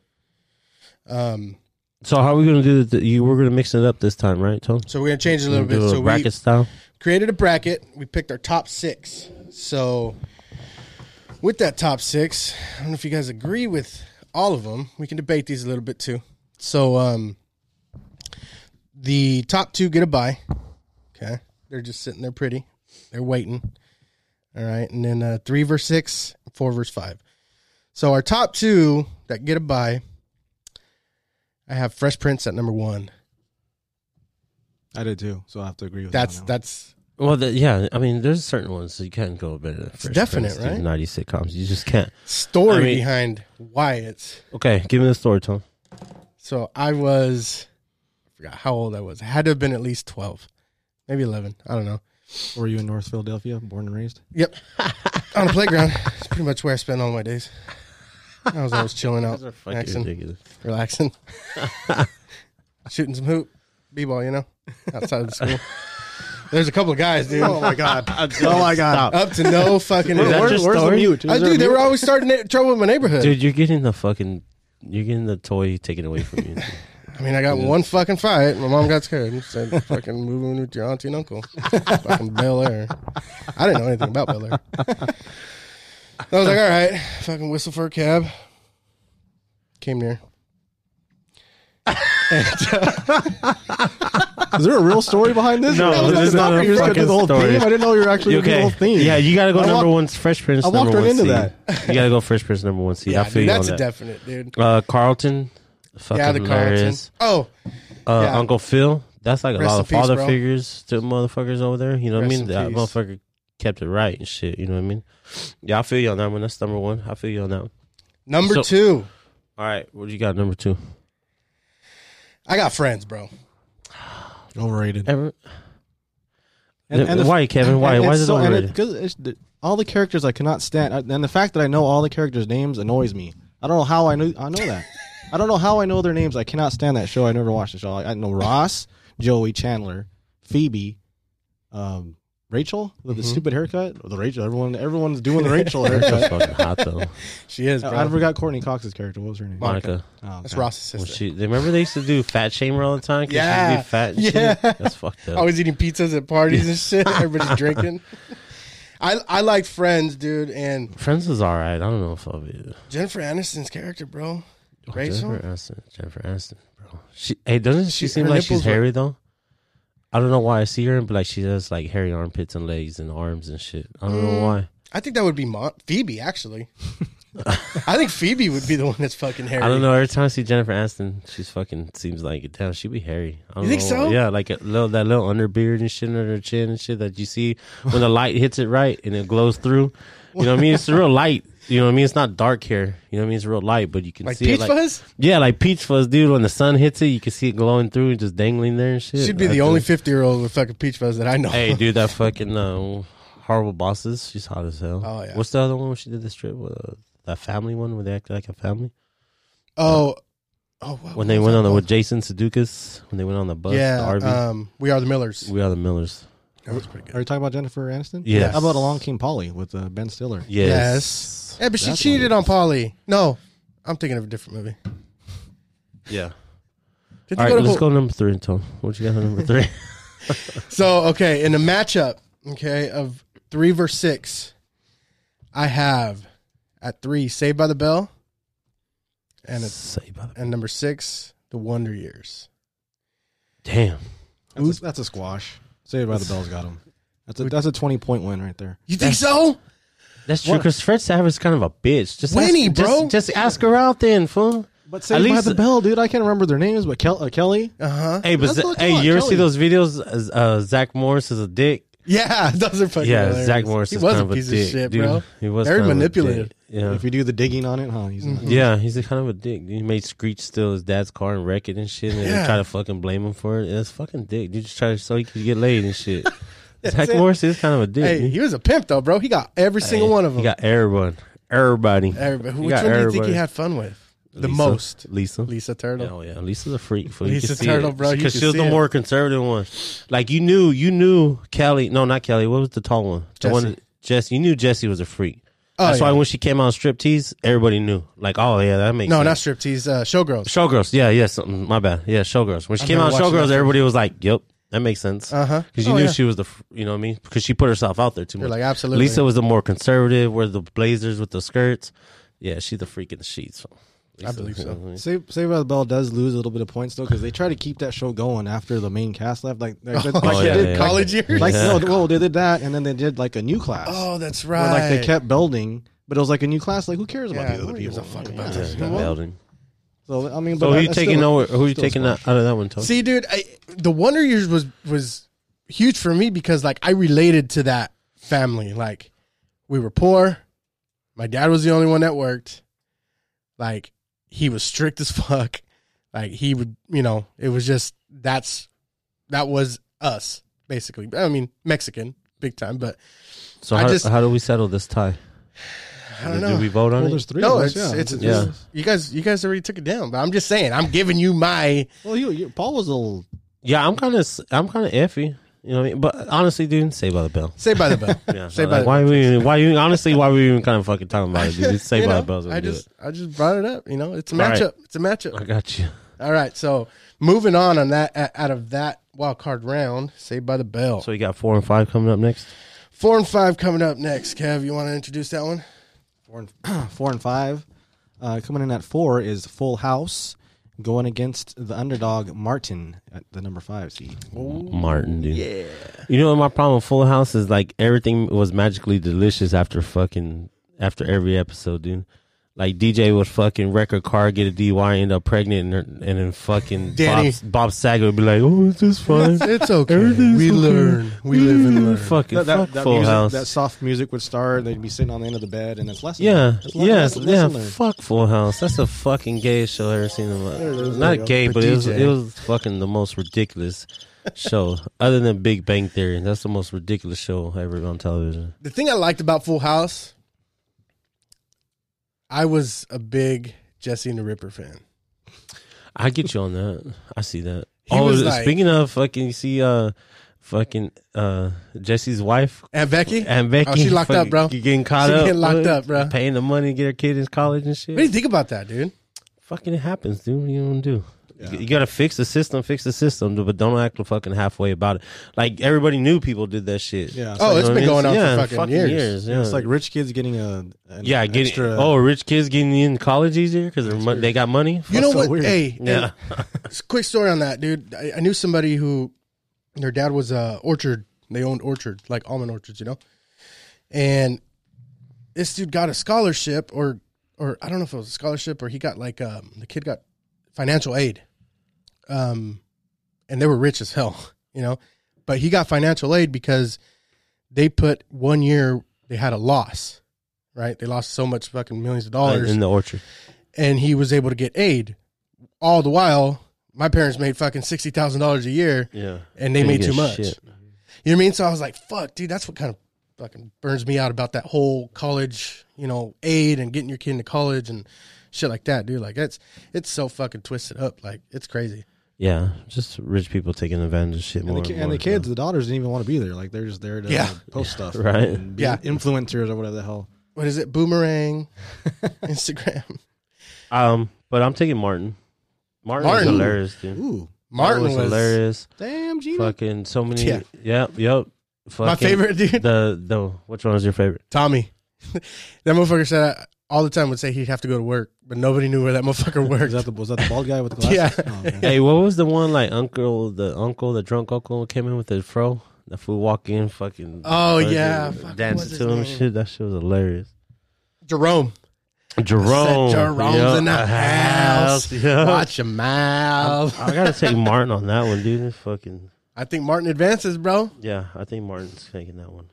Speaker 2: Um,
Speaker 3: So how are we gonna do that? You were gonna mix it up this time, right, Tone?
Speaker 2: so we're gonna change it a little
Speaker 3: Do
Speaker 2: bit. So
Speaker 3: bracket
Speaker 2: we
Speaker 3: style.
Speaker 2: created a bracket. We picked our top six. So with that top six, I don't know if you guys agree with all of them. We can debate these a little bit too. So um, the top two get a bye. Okay, they're just sitting there pretty. They're waiting. All right, and then uh, three verse six, four verse five. So our top two that get a bye. I have Fresh Prince at number one.
Speaker 4: I did too, so I have to agree with
Speaker 2: That's
Speaker 4: that. now.
Speaker 2: that's
Speaker 3: Well, the, yeah. I mean, there's certain ones that you can't go better. Than Fresh
Speaker 2: definite,
Speaker 3: Prince, dude,
Speaker 2: right?
Speaker 3: 90s sitcoms. You just can't.
Speaker 2: story
Speaker 3: I mean-
Speaker 2: behind why it's
Speaker 3: Okay, give me the story, Tone.
Speaker 2: So I was, I forgot how old I was. I had to have been at least 12, maybe 11. I don't know.
Speaker 4: Were you in North Philadelphia, born and raised?
Speaker 2: Yep. On a playground. It's pretty much where I spent all my days. I was always chilling out, relaxing,
Speaker 3: ridiculous.
Speaker 2: relaxing, shooting some hoop, b ball, you know, outside of the school. There's a couple of guys, dude.
Speaker 4: Oh my god!
Speaker 3: Uh,
Speaker 4: oh my god!
Speaker 2: Up to no fucking.
Speaker 3: Is that
Speaker 4: Where-
Speaker 3: your
Speaker 4: where's
Speaker 3: story?
Speaker 4: the mute? Is
Speaker 2: I,
Speaker 4: there a
Speaker 2: dude, they
Speaker 4: mute?
Speaker 2: were always starting na- trouble in my neighborhood.
Speaker 3: Dude, you're getting the fucking. You're getting the toy taken away from you.
Speaker 2: I mean, I got one fucking fight. My mom got scared and said, "Fucking move in with your auntie and uncle." fucking Bel Air. I didn't know anything about Bel Air. I was like, "All right, fucking whistle for a cab." Came near.
Speaker 4: Is there a real story behind this?
Speaker 3: No,
Speaker 4: I was
Speaker 3: this
Speaker 4: like,
Speaker 3: is not a
Speaker 4: you're just gonna do
Speaker 3: fucking
Speaker 4: the whole
Speaker 3: story.
Speaker 4: Theme? I didn't know you were actually
Speaker 3: You
Speaker 4: doing the whole theme.
Speaker 3: Yeah, you gotta go
Speaker 4: I
Speaker 3: number
Speaker 4: walked-
Speaker 3: one's Fresh Prince.
Speaker 4: I walked
Speaker 3: number
Speaker 4: right
Speaker 3: one
Speaker 4: into
Speaker 3: seed.
Speaker 4: that.
Speaker 3: You gotta go Fresh Prince number one seed. I
Speaker 2: Yeah,
Speaker 3: feel
Speaker 2: dude,
Speaker 3: you
Speaker 2: that's
Speaker 3: on
Speaker 2: a
Speaker 3: that.
Speaker 2: definite, dude.
Speaker 3: uh, Carlton, fucking
Speaker 2: yeah, the Carlton.
Speaker 3: hilarious.
Speaker 2: Oh,
Speaker 3: Uh,
Speaker 2: Yeah.
Speaker 3: Uncle Phil. That's like a
Speaker 2: Rest
Speaker 3: lot
Speaker 2: in
Speaker 3: of
Speaker 2: peace,
Speaker 3: father
Speaker 2: bro.
Speaker 3: figures to motherfuckers over there. You know what I
Speaker 2: Rest
Speaker 3: mean?
Speaker 2: in
Speaker 3: That
Speaker 2: peace.
Speaker 3: motherfucker kept it right and shit. You know what I mean? Yeah, I feel you on that one. That's number one. I feel you on that one.
Speaker 2: number
Speaker 3: So-
Speaker 2: two.
Speaker 3: All right, what do you got? Number two.
Speaker 2: I got friends, bro.
Speaker 4: Overrated.
Speaker 3: Ever?
Speaker 4: And- and the-
Speaker 3: why, Kevin? Why?
Speaker 4: And
Speaker 3: Why
Speaker 4: it's
Speaker 3: is it
Speaker 4: so- and
Speaker 3: overrated?
Speaker 4: Because it's the- all the characters I cannot stand, I- and the fact that I know all the characters' names annoys me. I don't know how I knew. I know that. I don't know how I know their names. I cannot stand that show. I never watched the show. I, I know Ross, Joey, Chandler, Phoebe, um, Rachel with the stupid haircut. The Rachel. Everyone. Everyone's doing the Rachel
Speaker 3: Mm-hmm. That's
Speaker 4: haircut.
Speaker 3: fucking hot though,
Speaker 2: She is,
Speaker 4: I,
Speaker 3: Oh,
Speaker 2: bro.
Speaker 4: I forgot Courtney Cox's character. What was her name?
Speaker 3: Monica.
Speaker 4: Oh,
Speaker 2: That's
Speaker 4: okay.
Speaker 2: Ross's
Speaker 3: Well,
Speaker 2: sister.
Speaker 3: she, they remember they used to do fat shamer all the time. 'cause she used to be
Speaker 2: Yeah.
Speaker 3: fat. and
Speaker 2: Yeah.
Speaker 3: shit? that's fucked up.
Speaker 2: Always eating pizzas at parties and shit. Everybody's drinking. I I like Friends, dude, and
Speaker 3: Friends was all right. I don't know if I'll be
Speaker 2: Jennifer Aniston's character, bro. Rachel.
Speaker 3: Oh, Jennifer Aniston. Jennifer Aniston, bro. She hey, doesn't she,
Speaker 2: She-
Speaker 3: seem
Speaker 2: her
Speaker 3: like she's
Speaker 2: nipples were-
Speaker 3: hairy though? I don't know why I see her, but like she has like hairy armpits and legs and arms and shit. I don't know why.
Speaker 2: I think that would be Mon- Phoebe, actually. I think Phoebe would be the one that's fucking hairy.
Speaker 3: I don't know. Every time I see Jennifer Aniston, she's fucking seems like damn, she be hairy. I don't
Speaker 2: You think
Speaker 3: know.
Speaker 2: so?
Speaker 3: Yeah, like a little that little underbeard and shit under her chin and shit that you see when the light hits it right and it glows through. You know what I mean? It's real light. You know what I mean? It's not dark hair. You know what I mean? It's real light, but you can
Speaker 2: Like
Speaker 3: see
Speaker 2: Peach
Speaker 3: it. Like,
Speaker 2: Fuzz?
Speaker 3: yeah, like peach fuzz, dude. When the sun hits it, you can see it glowing through and just dangling there and shit.
Speaker 2: She'd be
Speaker 3: I
Speaker 2: the
Speaker 3: just-
Speaker 2: only 50 year old with fucking Peach Fuzz that I know.
Speaker 3: Hey, dude, that fucking uh, Horrible Bosses. She's hot as hell.
Speaker 2: Oh, yeah.
Speaker 3: What's the other one where she did the strip? With, uh, that family one where they acted like a family.
Speaker 2: Oh, oh, what
Speaker 3: When they
Speaker 2: was
Speaker 3: went
Speaker 2: that
Speaker 3: on the
Speaker 2: called?
Speaker 3: with Jason Sudeikis. When they went on the bus.
Speaker 2: yeah,
Speaker 3: The RV.
Speaker 2: um, we are the Millers.
Speaker 3: we are the Millers.
Speaker 2: That was pretty
Speaker 4: Are
Speaker 2: good.
Speaker 4: you talking about Jennifer Aniston?
Speaker 3: Yes.
Speaker 4: How about Along Came Polly with uh, Ben Stiller?
Speaker 3: Yes.
Speaker 2: Yes. Yeah, but she
Speaker 4: That's
Speaker 2: cheated
Speaker 4: one.
Speaker 2: on Polly. No, I'm thinking of a different movie.
Speaker 3: Yeah.
Speaker 2: Did
Speaker 3: All
Speaker 2: you
Speaker 3: right,
Speaker 2: go to
Speaker 3: let's
Speaker 2: Ho-
Speaker 3: go number three, Tom. What you got on number three?
Speaker 2: So okay, in the matchup, okay, of three versus six, I have at three Saved by the Bell, and it's
Speaker 3: Saved by the
Speaker 2: and number six The Wonder Years.
Speaker 3: Damn.
Speaker 4: That's a, that's a squash. Saved by the Bell's got him. That's a, that's a 20 point win right there.
Speaker 2: You think so?
Speaker 3: That's true. Because Fred Savage's kind of a bitch. Just
Speaker 2: Winnie,
Speaker 3: ask,
Speaker 2: bro.
Speaker 3: Just, just ask her out then, fool.
Speaker 4: But
Speaker 3: At
Speaker 4: Saved by
Speaker 3: least-
Speaker 4: the Bell, dude. I can't remember their names, but Kel- uh, Kelly.
Speaker 2: Uh huh.
Speaker 3: Hey, but
Speaker 4: That's
Speaker 3: Z-
Speaker 4: what- come
Speaker 3: hey,
Speaker 4: on,
Speaker 3: you ever
Speaker 4: Kelly.
Speaker 3: see those videos? Uh, uh, Zach Morris is a dick.
Speaker 2: Yeah, those are fucking.
Speaker 3: yeah,
Speaker 2: hilarious.
Speaker 3: Zach Morris
Speaker 2: He
Speaker 3: is
Speaker 2: was
Speaker 3: kind
Speaker 2: a piece
Speaker 3: of a dick,
Speaker 2: of shit,
Speaker 3: dude.
Speaker 2: bro.
Speaker 3: He was
Speaker 2: Very
Speaker 3: kind of a dick.
Speaker 2: manipulative.
Speaker 3: Yeah.
Speaker 4: If you do the digging on it, huh? He's not.
Speaker 3: Yeah, he's a kind of a dick. dude. He made Screech steal his dad's car and wreck it and shit, and
Speaker 2: Yeah.
Speaker 3: then try to fucking blame him for it. That's fucking dick. You just try to so he could get laid and shit. Zach Morris is kind of a dick.
Speaker 2: Hey,
Speaker 3: dude.
Speaker 2: he was a pimp though, bro. He got every single
Speaker 3: Hey,
Speaker 2: one of them.
Speaker 3: He got everyone. Everybody.
Speaker 2: Everybody. Who-
Speaker 3: He
Speaker 2: Which
Speaker 3: got
Speaker 2: one do you think he
Speaker 3: everybody.
Speaker 2: had fun with the
Speaker 3: Lisa.
Speaker 2: most?
Speaker 3: Lisa.
Speaker 2: Lisa Turtle.
Speaker 3: Oh yeah, Lisa's a freak. fool.
Speaker 2: Lisa
Speaker 3: you can see
Speaker 2: Turtle,
Speaker 3: it.
Speaker 2: bro, you
Speaker 3: Because
Speaker 2: can
Speaker 3: she was
Speaker 2: see
Speaker 3: the
Speaker 2: it.
Speaker 3: more conservative one. Like you knew, you knew Kelly. No, not Kelly. What was the tall one? The one
Speaker 2: Jessie.
Speaker 3: Jesse. You knew Jesse was a freak.
Speaker 2: Oh,
Speaker 3: That's
Speaker 2: yeah.
Speaker 3: why when she came out on striptease, everybody knew. Like, oh yeah, that makes
Speaker 2: No, not
Speaker 3: sense.
Speaker 2: striptease. Uh, showgirls.
Speaker 3: showgirls. Yeah, yeah. Something, my bad. Yeah, showgirls. When she
Speaker 2: I've
Speaker 3: came
Speaker 2: been
Speaker 3: out on
Speaker 2: watching that
Speaker 3: showgirls,
Speaker 2: for-
Speaker 3: everybody was like, "Yep, that makes sense."
Speaker 2: Uh-huh.
Speaker 3: Because you
Speaker 2: Oh,
Speaker 3: knew
Speaker 2: yeah.
Speaker 3: she was the, fr- you know what I mean? Because she put herself out there too
Speaker 2: You're
Speaker 3: much.
Speaker 2: like, absolutely.
Speaker 3: Lisa was the more conservative, wore the blazers with the skirts. Yeah, she's the freak in the sheets. So.
Speaker 2: I believe so.
Speaker 4: Saved, Saved by the Bell does lose a little bit of points though because they try to keep that show going after the main cast left. Like, like, like
Speaker 3: Oh,
Speaker 4: they
Speaker 3: yeah,
Speaker 4: did
Speaker 3: yeah,
Speaker 4: college.
Speaker 2: College years.
Speaker 4: Like no, well, they did that, and then they did like a new class.
Speaker 2: Oh, that's
Speaker 4: where,
Speaker 2: right.
Speaker 4: like they kept building, but it was like a new class. Like who cares about
Speaker 2: Yeah,
Speaker 4: the
Speaker 2: who
Speaker 4: other
Speaker 2: gives
Speaker 4: people?
Speaker 2: a fuck about
Speaker 3: Yeah,
Speaker 2: this?
Speaker 3: she got Belden.
Speaker 4: So I mean, but
Speaker 3: So who
Speaker 4: that-
Speaker 3: you
Speaker 4: that's
Speaker 3: taking
Speaker 4: still-
Speaker 3: over? Who you
Speaker 4: still
Speaker 3: taking
Speaker 4: smart.
Speaker 3: out out of that one? Tony?
Speaker 2: See, dude, I, the Wonder Years was was huge for me because like I related to that family. Like we were poor. My dad was the only one that worked. Like he was strict as fuck. Like he would, you know, it was just that's that was us basically. I mean, Mexican big time, but
Speaker 3: so
Speaker 2: I
Speaker 3: how,
Speaker 2: just-
Speaker 3: how do we settle this tie?
Speaker 2: I don't
Speaker 3: do,
Speaker 2: know.
Speaker 3: we vote on
Speaker 4: Well,
Speaker 3: it?
Speaker 4: there's three.
Speaker 2: no,
Speaker 4: of
Speaker 2: it's
Speaker 4: us, yeah.
Speaker 2: it's,
Speaker 3: Yeah.
Speaker 2: you guys you guys already took it down, but I'm just saying I'm giving you my
Speaker 4: Well, you, you Paul was a little.
Speaker 3: Yeah, I'm kind of I'm kind of iffy. You know what I mean? But honestly, dude, Saved by the Bell.
Speaker 2: say by the bell.
Speaker 3: Yeah,
Speaker 2: Saved by
Speaker 3: like,
Speaker 2: the
Speaker 3: why we why you honestly why we even kind of fucking talking about it, dude? It's Saved
Speaker 2: You
Speaker 3: by
Speaker 2: know,
Speaker 3: the Bell's gonna
Speaker 2: I
Speaker 3: do
Speaker 2: just I just brought it up. You know, it's a
Speaker 3: All right.
Speaker 2: matchup. It's a matchup.
Speaker 3: it. I got you.
Speaker 2: All right. So moving on on that a- out of that wild card round, Saved by the Bell.
Speaker 3: So you got four and five coming up next.
Speaker 2: Four and five coming up next. Kev, you want to introduce that one?
Speaker 4: four and four and five. Uh, coming in at four is Full House, going against the underdog Martin at the number five seed.
Speaker 3: Martin, dude. Yeah. You know what my problem with Full House is like everything was magically delicious after fucking after every episode, dude. Like DJ would fucking wreck her car, get a DUI, end up pregnant, and, her, and then fucking
Speaker 2: Danny.
Speaker 3: Bob, Bob Saget would be like, "Oh, it's just fun."
Speaker 2: It's okay.
Speaker 3: Everything's
Speaker 2: we
Speaker 3: okay.
Speaker 2: learn. We live and learn.
Speaker 3: Fucking fuck Full
Speaker 4: music,
Speaker 3: House.
Speaker 4: that soft music would start. They'd be sitting on the end of the bed, and it's lesson.
Speaker 3: yeah,
Speaker 4: It's le-
Speaker 3: yeah,
Speaker 4: lesson-
Speaker 3: yeah.
Speaker 4: lesson learned.
Speaker 3: Fuck Full House. That's the fucking gayest show I've ever seen in my
Speaker 4: it is. There you go.
Speaker 3: Not gay,
Speaker 2: But
Speaker 3: but, it was
Speaker 2: DJ.
Speaker 3: it was fucking the most ridiculous show. Other than Big Bang Theory, that's the most ridiculous show ever on television.
Speaker 2: The thing I liked about Full House, I was a big Jesse and the Ripper fan.
Speaker 3: I get you on that. I see that.
Speaker 2: He
Speaker 3: oh,
Speaker 2: was like-
Speaker 3: speaking of fucking, you see, uh, fucking, uh, Jesse's wife
Speaker 2: And Becky.
Speaker 3: and Becky.
Speaker 2: Oh, she locked
Speaker 3: fucking
Speaker 2: up, bro. What
Speaker 3: Getting caught
Speaker 2: She
Speaker 3: up.
Speaker 2: getting locked
Speaker 3: uh,
Speaker 2: up, bro.
Speaker 3: Paying the money to get her kid in college and shit.
Speaker 2: do you think about that, dude?
Speaker 3: Fucking it happens, dude. What You don't do. You, you gotta fix the system, fix the system, dude, but don't act fucking halfway about it. Like everybody knew people did that shit.
Speaker 4: Yeah.
Speaker 3: You
Speaker 4: Oh,
Speaker 3: know
Speaker 2: it's
Speaker 3: what
Speaker 2: been
Speaker 3: I mean?
Speaker 2: going on for
Speaker 3: yeah,
Speaker 2: fucking years.
Speaker 3: yeah.
Speaker 4: It's like rich kids getting a an
Speaker 3: yeah, getting
Speaker 4: extra,
Speaker 3: oh, rich kids getting in college easier because they got money.
Speaker 2: You know
Speaker 4: so
Speaker 2: what?
Speaker 4: weird.
Speaker 2: Hey,
Speaker 3: Yeah,
Speaker 2: Just a quick story on that, dude. I, I knew somebody who their dad was a orchard. They owned orchard, like almond orchards, you know. And this dude got a scholarship, or or I don't know if it was a scholarship, or he got like um, the kid got financial aid. Um, and they were rich as hell, you know. But he got financial aid because they put one year they had a loss, right? They lost so much fucking millions of dollars
Speaker 3: in the orchard.
Speaker 2: and he was able to get aid. All the while, my parents made fucking sixty thousand dollars a year,
Speaker 3: Yeah,
Speaker 2: and they
Speaker 3: Didn't
Speaker 2: made
Speaker 3: get
Speaker 2: too much.
Speaker 3: shit.
Speaker 2: You know what I mean? So I was like, "Fuck, dude, that's what kind of fucking burns me out about that whole college, you know, aid and getting your kid into college and shit like that, dude. Like that's it's so fucking twisted up. Like it's crazy.
Speaker 3: Yeah, just rich people taking advantage of shit
Speaker 4: And,
Speaker 3: more.
Speaker 4: the, ki-
Speaker 3: and,
Speaker 4: and
Speaker 3: more,
Speaker 4: the kids, the daughters didn't even want to be there. Like they're just there to
Speaker 2: Yeah.
Speaker 4: post stuff,
Speaker 3: right.
Speaker 4: And be
Speaker 2: Yeah.
Speaker 4: influencers or whatever the hell.
Speaker 2: What is it? Boomerang, Instagram.
Speaker 3: Um, but I'm taking Martin. Martin, was
Speaker 2: Martin.
Speaker 3: hilarious, dude.
Speaker 4: Ooh,
Speaker 2: Martin
Speaker 3: was,
Speaker 2: was,
Speaker 3: hilarious.
Speaker 4: damn, Gina.
Speaker 3: Fucking so many.
Speaker 2: Yeah.
Speaker 3: Yeah. Yep. Yep.
Speaker 2: my
Speaker 3: Fucking-
Speaker 2: favorite dude.
Speaker 3: The the which one was your favorite?
Speaker 2: Tommy. that motherfucker said I, all the time would say he'd have to go to work, but nobody knew where that motherfucker
Speaker 4: Was
Speaker 2: worked.
Speaker 4: that the was that the bald guy with the glasses?
Speaker 2: Yeah.
Speaker 4: Oh, man.
Speaker 3: hey, what was the one like uncle? The uncle, the drunk uncle, came in with his fro. The fool walk in, fucking.
Speaker 2: Oh,
Speaker 3: fucking
Speaker 2: yeah. Fuck, what was
Speaker 3: dancing
Speaker 2: his
Speaker 3: to him,
Speaker 2: name?
Speaker 3: shit. That shit was hilarious.
Speaker 2: Jerome.
Speaker 3: Jerome,
Speaker 2: Jerome's
Speaker 3: yeah,
Speaker 2: in the house.
Speaker 3: yeah.
Speaker 2: Watch your mouth.
Speaker 3: I gotta take Martin on that one, dude. It's fucking
Speaker 2: I think Martin advances, bro.
Speaker 3: yeah. I think Martin's taking that one.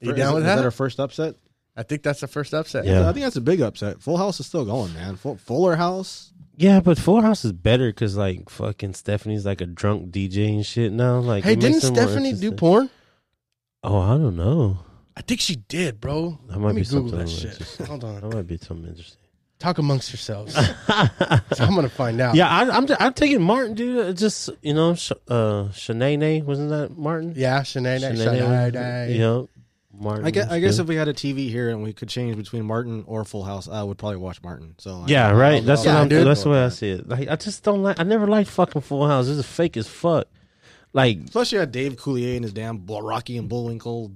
Speaker 2: You
Speaker 4: Is
Speaker 2: down
Speaker 4: that-
Speaker 2: with
Speaker 4: is that
Speaker 2: that?
Speaker 4: our first upset?
Speaker 2: I think that's the first upset.
Speaker 3: Yeah.
Speaker 4: I think that's a big upset. Full House is still going, man. Full, Fuller House.
Speaker 3: Yeah, but Full House is better because like fucking Stephanie's like a drunk DJ and shit now. Like,
Speaker 2: Hey,
Speaker 3: it makes
Speaker 2: didn't
Speaker 3: it more
Speaker 2: Stephanie do
Speaker 3: interesting.
Speaker 2: porn?
Speaker 3: Oh, I don't know.
Speaker 2: I think she did, bro.
Speaker 3: That might
Speaker 2: Let me
Speaker 3: be
Speaker 2: Google
Speaker 3: something
Speaker 2: that
Speaker 3: I'm
Speaker 2: shit.
Speaker 3: interested in.
Speaker 2: Hold
Speaker 3: That
Speaker 2: on.
Speaker 3: might be something interesting.
Speaker 2: Talk amongst yourselves. I'm gonna find out.
Speaker 3: Yeah, I, I'm I'm taking Martin, dude. It's Just you know, Sh- uh, Shanae wasn't that Martin?
Speaker 2: yeah. Shanae,
Speaker 3: Shanae-
Speaker 2: Shanae,
Speaker 3: Yeah, Martin.
Speaker 4: I guess,
Speaker 3: was
Speaker 4: I guess
Speaker 3: good.
Speaker 4: if we had a TV here and we could change between Martin or Full House, I would probably watch Martin. So I-
Speaker 3: Yeah,
Speaker 4: I'll-
Speaker 3: right.
Speaker 4: I'll-
Speaker 3: That's
Speaker 4: I'll-
Speaker 3: what I'm.
Speaker 4: I'll go
Speaker 3: That's the
Speaker 4: with
Speaker 3: way I
Speaker 4: that.
Speaker 3: see it. Like, I just don't like. I never liked fucking Full House. This is fake as fuck. Like,
Speaker 4: Plus, you had Dave Coulier and his damn Bull- Rocky and Bullwinkle.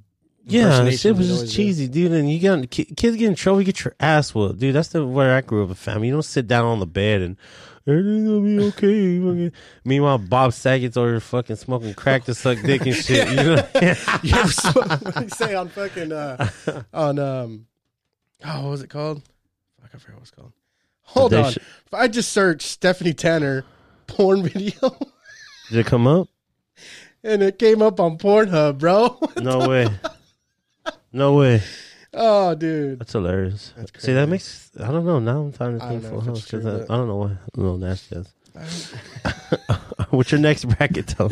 Speaker 3: yeah,
Speaker 4: impersonations
Speaker 3: shit was
Speaker 4: he
Speaker 3: just
Speaker 4: always did.
Speaker 3: cheesy, dude. And you got ki- kids get in trouble, you get your ass whooped, dude. That's the where I grew up in family. You don't sit down on the bed and everything's gonna be okay. Fucking- Meanwhile, Bob Saget's over here fucking smoking crack to suck dick and shit. You know?
Speaker 2: You ever saw- what do you say on fucking uh, on um oh what was it called? Fuck, I forgot what it's called. Hold
Speaker 3: They
Speaker 2: on.
Speaker 3: should-
Speaker 2: if I just search Stephanie Tanner porn video
Speaker 3: Did it come up?
Speaker 2: and it came up on Pornhub, bro.
Speaker 3: No way. No way.
Speaker 2: oh dude.
Speaker 3: That's hilarious.
Speaker 2: crazy.
Speaker 3: See, that makes I don't know. Now I'm trying to
Speaker 2: I don't
Speaker 3: think
Speaker 2: know
Speaker 3: Full
Speaker 2: if
Speaker 3: House
Speaker 2: it's true,
Speaker 3: because I,
Speaker 2: but-
Speaker 3: I don't know why I'm a little nasty. What's your next bracket though?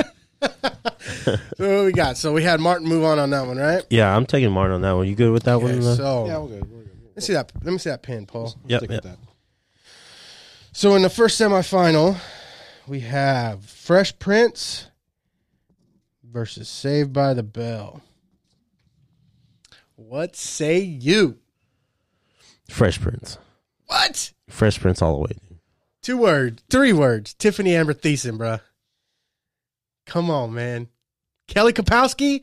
Speaker 2: So what we got? So we had Martin move on on that one, right?
Speaker 3: yeah, I'm taking Martin on that one. You good with that
Speaker 2: Okay,
Speaker 3: one? uh?
Speaker 2: so
Speaker 4: Yeah, we're good. We're good.
Speaker 2: let me see that let me see that pin, Paul.
Speaker 3: Yep,
Speaker 4: Stick
Speaker 3: yep.
Speaker 4: with that.
Speaker 2: So in the first semifinal, we have Fresh Prince versus Saved by the Bell. What say you?
Speaker 3: Fresh Prince.
Speaker 2: What?
Speaker 3: Fresh Prince all the way.
Speaker 2: Two words, three words. Tiffany Amber Thiessen, bruh. Come on, man. Kelly Kapowski?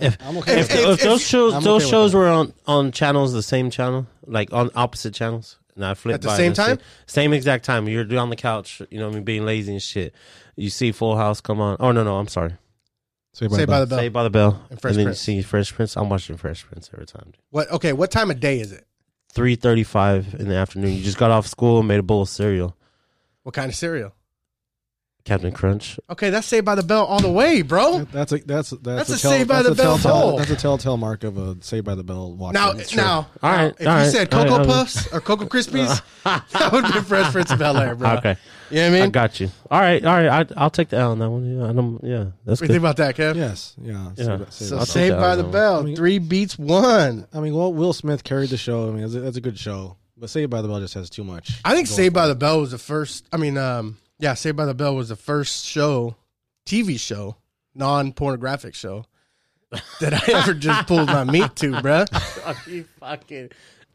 Speaker 4: I'm okay.
Speaker 2: If-
Speaker 4: with that.
Speaker 2: if-
Speaker 3: If those shows,
Speaker 4: I'm okay
Speaker 3: those
Speaker 4: with
Speaker 3: shows
Speaker 4: that.
Speaker 3: were on on channels, the same channel, like on opposite channels, and I flipped
Speaker 2: At the
Speaker 3: by
Speaker 2: same
Speaker 3: and I see-
Speaker 2: time?
Speaker 3: same exact time. You're on the couch, you know, what I mean, being lazy and shit. You see Full House come on. Oh no, no, I'm sorry.
Speaker 2: Saved by the Bell.
Speaker 3: Saved by the Bell,
Speaker 2: And
Speaker 3: and,
Speaker 2: Fresh
Speaker 3: then
Speaker 2: Prince.
Speaker 3: you see Fresh Prince. I'm watching Fresh Prince every time.
Speaker 2: What? Okay, what time of day is it?
Speaker 3: Three thirty-five in the afternoon. You just got off school and made a bowl of cereal.
Speaker 2: What kind of cereal?
Speaker 3: Captain Crunch.
Speaker 2: Okay, that's Saved by the Bell all the way, bro.
Speaker 4: That's a that's that's,
Speaker 2: That's a
Speaker 4: tell-
Speaker 2: Saved by
Speaker 4: that's
Speaker 2: the
Speaker 4: a
Speaker 2: Bell
Speaker 4: telltale-
Speaker 2: poll.
Speaker 4: That's a telltale mark of a Saved by the Bell watch.
Speaker 2: Now,
Speaker 4: It's true.
Speaker 2: now,
Speaker 3: All right,
Speaker 2: if
Speaker 3: all
Speaker 2: you
Speaker 3: right,
Speaker 2: said
Speaker 3: all
Speaker 2: Cocoa
Speaker 3: right, I was-
Speaker 2: Puffs or Cocoa Krispies, that would be Fresh Prince of Bel Air, bro.
Speaker 3: Okay,
Speaker 2: You know what I
Speaker 3: I
Speaker 2: mean?
Speaker 3: got you. All right, all right. I, I'll take the L on that one. Yeah, I don't, yeah, that's
Speaker 2: What do you think
Speaker 3: good.
Speaker 2: about that, Kev?
Speaker 4: yes, yeah.
Speaker 3: Yeah.
Speaker 4: Saved by- Saved
Speaker 2: So
Speaker 4: by-
Speaker 3: I'll take
Speaker 2: Saved
Speaker 3: that
Speaker 2: by
Speaker 3: one.
Speaker 2: the Bell,
Speaker 4: I mean-
Speaker 2: three beats one.
Speaker 4: I mean, well, Will Smith carried the show. I mean, that's a, that's a good show, but Saved by the Bell just has too much.
Speaker 2: I think
Speaker 4: going
Speaker 2: Saved by
Speaker 4: for it.
Speaker 2: the Bell was the first. I mean, um, yeah, Saved by the Bell was the first show, TV show, non pornographic show that I ever just pulled my meat to, bruh.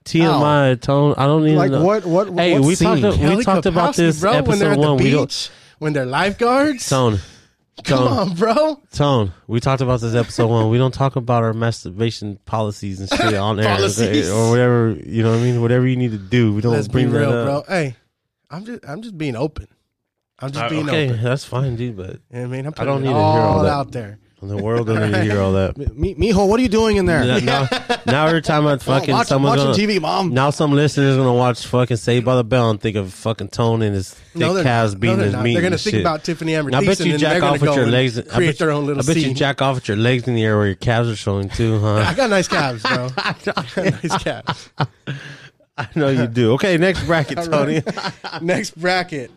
Speaker 3: TMI tone. I don't even
Speaker 4: Like
Speaker 3: know.
Speaker 4: what? What? what
Speaker 3: Hey, we
Speaker 4: scene?
Speaker 3: talked. We
Speaker 2: Kelly
Speaker 3: talked about
Speaker 2: Kapowski,
Speaker 3: this
Speaker 2: bro, when they're
Speaker 3: episode
Speaker 2: at
Speaker 3: one.
Speaker 2: the
Speaker 3: We don't
Speaker 2: beach, when they're lifeguards.
Speaker 3: tone.
Speaker 2: Come
Speaker 3: Tone.
Speaker 2: on, bro.
Speaker 3: Tone. We talked about this episode one. We don't talk about our masturbation policies and shit on air eh,
Speaker 2: Policies.
Speaker 3: or whatever. You know what I mean? Whatever you need to do, we don't
Speaker 2: Let's be
Speaker 3: bring
Speaker 2: real,
Speaker 3: that
Speaker 2: bro.
Speaker 3: up.
Speaker 2: Hey, I'm just, I'm just being open. I'm just
Speaker 3: Uh,
Speaker 2: being
Speaker 3: okay,
Speaker 2: open.
Speaker 3: that's fine, dude. But
Speaker 2: You know what I mean, I'm
Speaker 3: I
Speaker 2: putting
Speaker 3: don't
Speaker 2: it
Speaker 3: need to hear
Speaker 2: all,
Speaker 3: all that.
Speaker 2: out there.
Speaker 3: the world doesn't need to hear all that.
Speaker 4: Mi- Mijo, what are you doing in there?
Speaker 3: Now, now- now every time I fucking
Speaker 4: watch-
Speaker 3: someone's
Speaker 4: watching
Speaker 3: gonna-
Speaker 4: TV, Mom.
Speaker 3: Now some listeners gonna watch fucking Saved by the Bell and think of fucking Tone and his thick
Speaker 2: No, they're
Speaker 3: calves
Speaker 2: not. No,
Speaker 3: beating
Speaker 2: they're
Speaker 3: his
Speaker 2: not.
Speaker 3: meat.
Speaker 2: They're gonna
Speaker 3: and
Speaker 2: think
Speaker 3: shit.
Speaker 2: about Tiffany Amber
Speaker 3: Now, I bet
Speaker 2: Thiessen,
Speaker 3: you
Speaker 2: and they're
Speaker 3: jack
Speaker 2: gonna
Speaker 3: off with
Speaker 2: go
Speaker 3: your
Speaker 2: and
Speaker 3: legs. I
Speaker 2: create
Speaker 3: bet-
Speaker 2: their own little
Speaker 3: I bet
Speaker 2: scene.
Speaker 3: you jack off with your legs in the air where your calves are showing too, huh?
Speaker 2: I got nice calves, bro. I got nice calves.
Speaker 3: I know you do. Okay, next bracket, Tony.
Speaker 2: Next bracket.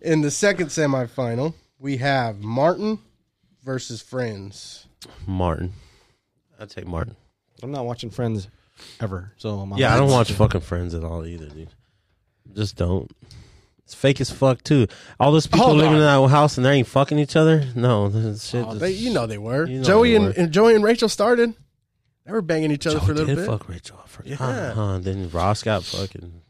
Speaker 2: In the second semifinal, we have Martin versus Friends?
Speaker 3: Martin. I'd take Martin.
Speaker 4: I'm not watching Friends ever. So my
Speaker 3: Yeah, I don't
Speaker 4: mind's-
Speaker 3: watch fucking Friends at all either, dude. Just don't. It's fake as fuck too. All those people
Speaker 2: Hold
Speaker 3: living
Speaker 2: on.
Speaker 3: in that house and they ain't fucking each other. No, this shit.
Speaker 2: Oh,
Speaker 3: just-
Speaker 2: they, you know they were.
Speaker 3: You know
Speaker 2: Joey
Speaker 3: they
Speaker 2: and,
Speaker 3: were.
Speaker 2: and Joey and Rachel started. They were banging each other
Speaker 3: Joe
Speaker 2: for a little
Speaker 3: did
Speaker 2: bit.
Speaker 3: Fuck Rachel. I forgot.
Speaker 2: Yeah.
Speaker 3: Huh, then Ross got fucking.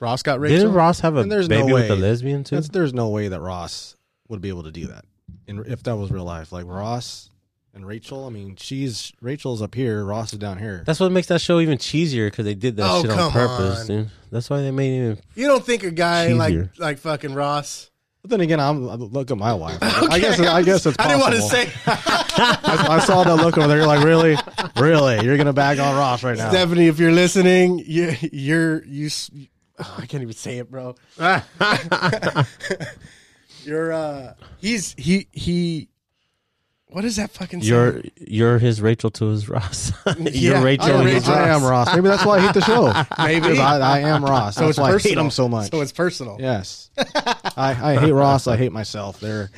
Speaker 2: Ross got Rachel.
Speaker 3: Didn't Ross have a
Speaker 4: And there's
Speaker 3: baby
Speaker 4: no
Speaker 3: with a
Speaker 4: way.
Speaker 3: lesbian too?
Speaker 4: That's, there's no way that Ross would be able to do that, in, if that was real life. Like Ross and Rachel. I mean, she's Rachel's up here, Ross is down here.
Speaker 3: That's what makes that show even cheesier because they did that
Speaker 2: Oh,
Speaker 3: shit on
Speaker 2: come
Speaker 3: purpose,
Speaker 2: on.
Speaker 3: dude. That's why they made it even.
Speaker 2: you don't think a guy
Speaker 3: Cheesier.
Speaker 2: like like fucking Ross?
Speaker 4: But then again, I'm I look at my wife. I guess I guess it's. Possible.
Speaker 2: I didn't want to say
Speaker 4: I, I saw that look over there. You're like, really, really, you're gonna bag on Ross right now.
Speaker 2: Stephanie. If you're listening, you you're you. s- oh, I can't even say it, bro. you're uh, he's he he. What is that fucking? saying?
Speaker 3: You're you're his Rachel to his Ross. you're
Speaker 2: Yeah,
Speaker 3: Rachel.
Speaker 2: I'm
Speaker 3: and
Speaker 2: Rachel.
Speaker 3: his
Speaker 4: I
Speaker 3: Ross.
Speaker 4: am Ross. Maybe that's why I hate the show. Because I, I am Ross.
Speaker 2: so
Speaker 4: that's
Speaker 2: it's
Speaker 4: why
Speaker 2: personal.
Speaker 4: I hate him so much.
Speaker 2: So it's personal.
Speaker 4: yes, I, I hate Ross. I hate myself. There,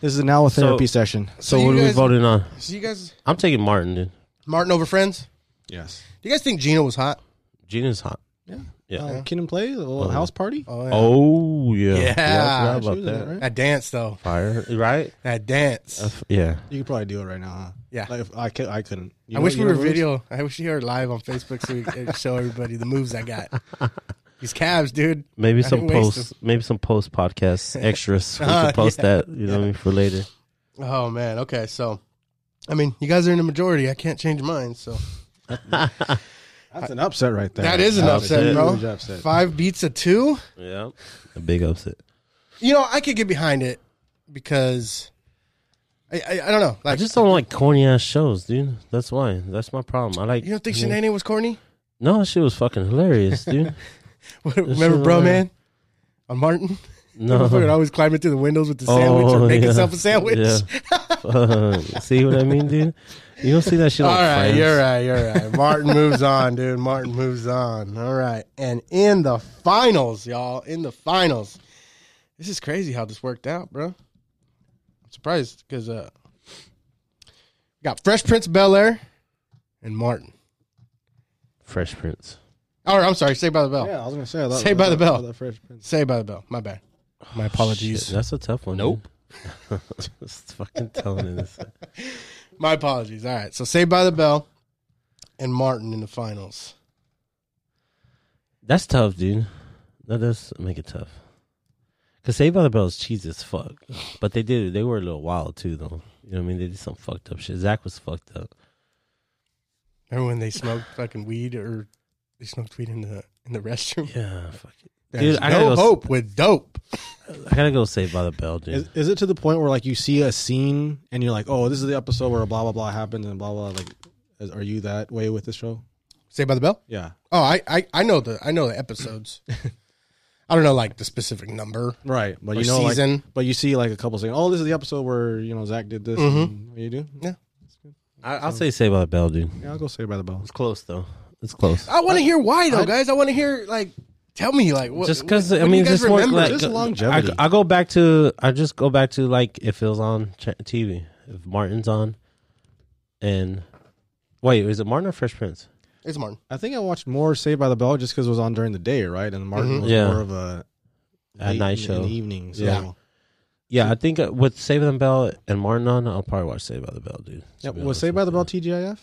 Speaker 4: this is now a therapy
Speaker 3: So-
Speaker 4: session.
Speaker 3: So,
Speaker 2: So
Speaker 3: what
Speaker 2: you
Speaker 3: are we
Speaker 2: guys-
Speaker 3: voting on?
Speaker 2: So you guys,
Speaker 3: I'm taking Martin, dude.
Speaker 2: Martin over friends.
Speaker 4: Yes.
Speaker 2: Do you guys think Gina was hot?
Speaker 3: Gina's hot.
Speaker 4: Yeah.
Speaker 3: Yeah.
Speaker 4: Uh, Kid and play the little house party.
Speaker 2: Oh, yeah.
Speaker 3: Oh yeah.
Speaker 2: Yeah.
Speaker 3: I
Speaker 4: She
Speaker 3: forgot
Speaker 4: was
Speaker 3: about
Speaker 4: in it,
Speaker 3: that.
Speaker 4: right?
Speaker 2: that dance though.
Speaker 3: Fire, right?
Speaker 2: That dance.
Speaker 3: Yeah.
Speaker 4: You could probably do it right now, huh?
Speaker 2: Yeah.
Speaker 4: Like, if I could. I couldn't. You
Speaker 2: I
Speaker 4: know-
Speaker 2: wish we
Speaker 4: you know
Speaker 2: were
Speaker 4: what it is?
Speaker 2: video. I wish you were live on Facebook so we could show everybody the moves I got. These calves, dude.
Speaker 3: Maybe
Speaker 2: I
Speaker 3: some
Speaker 2: didn't waste
Speaker 3: post, maybe some post podcast extras. We
Speaker 2: Uh,
Speaker 3: could post
Speaker 2: yeah.
Speaker 3: that, you know, what I mean, for later.
Speaker 2: Oh man. Okay, so I mean, you guys are in the majority. I can't change mine. So
Speaker 4: That's an upset right there.
Speaker 2: that is an
Speaker 4: That's a
Speaker 2: upset, bro.
Speaker 4: huge upset.
Speaker 2: Five beats a two.
Speaker 3: Yeah, a big upset.
Speaker 2: You know, I could get behind it because I I, I don't know.
Speaker 3: I
Speaker 2: Like,
Speaker 3: just don't like corny ass shows, dude. That's why. That's my problem. I like.
Speaker 2: you don't think
Speaker 3: you know-
Speaker 2: Shanae was corny?
Speaker 3: No, she was fucking hilarious, dude.
Speaker 2: Remember,
Speaker 3: is
Speaker 2: bro,
Speaker 3: hilarious.
Speaker 2: man, on Martin. Motherfucker would
Speaker 3: No.
Speaker 2: always climbing through the windows with the sandwich or
Speaker 3: Oh,
Speaker 2: make
Speaker 3: yeah.
Speaker 2: himself a sandwich.
Speaker 3: Yeah. Fuck. see what I mean, dude? You don't see that shit.
Speaker 2: All
Speaker 3: on
Speaker 2: right,
Speaker 3: Friends.
Speaker 2: you're right, you're right. Martin moves on, dude. Martin moves on. All right. And in the finals, y'all, in the finals. This is crazy how this worked out, bro. I'm surprised because uh got Fresh Prince Bel Air and Martin.
Speaker 3: Fresh Prince.
Speaker 2: Or I'm sorry, Saved by the Bell.
Speaker 4: Yeah, I was gonna say. I thought-
Speaker 2: Saved by
Speaker 4: I
Speaker 2: the
Speaker 4: thought- I
Speaker 2: Bell.
Speaker 4: thought that Fresh Prince-
Speaker 2: Saved by the Bell. My bad. My apologies.
Speaker 3: Shit, that's a tough one.
Speaker 5: Nope.
Speaker 3: dude. Just fucking telling you this.
Speaker 2: My apologies. All right. So Saved by the Bell and Martin in the finals.
Speaker 3: That's tough, dude. That does make it tough. Cause Saved by the Bell is cheesy as fuck, but they did they were a little wild too, though. You know what I mean? They did some fucked up shit. Zach was fucked up.
Speaker 2: Remember when they smoked fucking weed or they smoked weed in the in the restroom?
Speaker 3: Yeah, fuck it.
Speaker 2: There's
Speaker 3: Dude, I gotta
Speaker 2: no
Speaker 3: go s-
Speaker 2: hope with dope.
Speaker 3: I gotta go Saved by the Bell, dude.
Speaker 4: Is, is it to the point where like you see a scene and you're like, oh, this is the episode where blah blah blah happens and blah blah like, is, are you that way with this show?
Speaker 2: Saved by the Bell.
Speaker 4: Yeah,
Speaker 2: Oh, I, I I know the I know the episodes. I don't know like the specific number.
Speaker 4: right. But
Speaker 2: Or
Speaker 4: you know, like-
Speaker 2: season.
Speaker 4: but you see like a couple saying, oh, this is the episode where you know Zach did this. and what you do?
Speaker 3: I, I'll say Saved by the Bell, dude.
Speaker 4: Yeah, I'll go say by the bell.
Speaker 3: It's close though. It's close.
Speaker 2: I want to hear why though, guys. I want to hear like tell me like what.
Speaker 3: just because
Speaker 2: what-
Speaker 3: I
Speaker 2: what do
Speaker 3: mean,
Speaker 2: you guys
Speaker 3: just more
Speaker 2: remember?
Speaker 3: like
Speaker 4: Just
Speaker 3: uh,
Speaker 4: longevity.
Speaker 3: I, I go back to I just go back to like if it was on ch- TV, if Martin's on, and wait, is it Martin or Fresh Prince?
Speaker 2: it's Martin.
Speaker 4: I think I watched more Saved by the Bell just because it was on during the day, right? And Martin was
Speaker 3: Yeah.
Speaker 4: more of a,
Speaker 3: A
Speaker 4: late
Speaker 3: night
Speaker 4: in-
Speaker 3: show.
Speaker 4: in the evening. So.
Speaker 3: Yeah. Yeah, I think uh, with Saved by the Bell and Martin on, I'll probably watch Saved by the Bell, dude. to
Speaker 4: Yeah,
Speaker 3: be
Speaker 4: was
Speaker 3: honest
Speaker 4: Saved by
Speaker 3: with
Speaker 4: the Bell TGIF?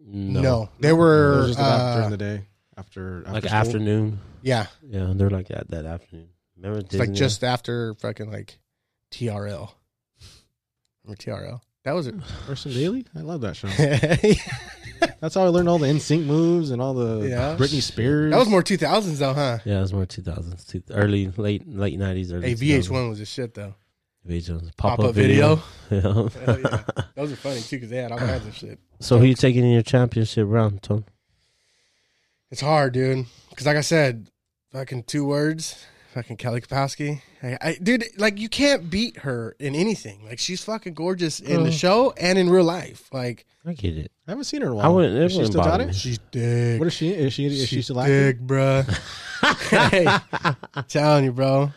Speaker 3: you.
Speaker 2: No, they were
Speaker 4: It was just about
Speaker 2: uh,
Speaker 4: during the day after, after
Speaker 3: like
Speaker 4: school?
Speaker 3: afternoon.
Speaker 2: yeah,
Speaker 3: Yeah, they're like that that afternoon. Remember
Speaker 2: it's like just after fucking like TRL. Remember TRL? That was
Speaker 4: Carson Daly. I love that show.
Speaker 2: it.
Speaker 4: That's how I learned all the NSYNC moves and all the
Speaker 2: Yeah.
Speaker 4: Britney Spears.
Speaker 2: that was more two thousands though, huh?
Speaker 3: yeah, it was more two thousands, two, early late late nineties, early.
Speaker 2: Hey, VH1 was a shit though.
Speaker 3: 2000s. VH1
Speaker 2: Pop up video.
Speaker 3: video.
Speaker 2: Hell
Speaker 3: Yeah.
Speaker 2: yeah. Those are funny too because they had all kinds of shit.
Speaker 3: so who you taking in your championship round, Tone?
Speaker 2: It's hard, dude. Because like I said, fucking two words, fucking Kelly Kapowski. I, I, dude, like you can't beat her in anything. Like she's fucking gorgeous in the show and in real life. Like
Speaker 3: I get it.
Speaker 4: I haven't seen her in a
Speaker 3: I
Speaker 4: while.
Speaker 3: wouldn't. It
Speaker 4: Is she
Speaker 3: wouldn't
Speaker 4: still
Speaker 3: bother
Speaker 4: got
Speaker 3: me.
Speaker 4: it?
Speaker 2: she's dick.
Speaker 4: What is she? Is she? Is she
Speaker 2: she's
Speaker 4: still active?
Speaker 2: dick, bro? hey, telling you, bro.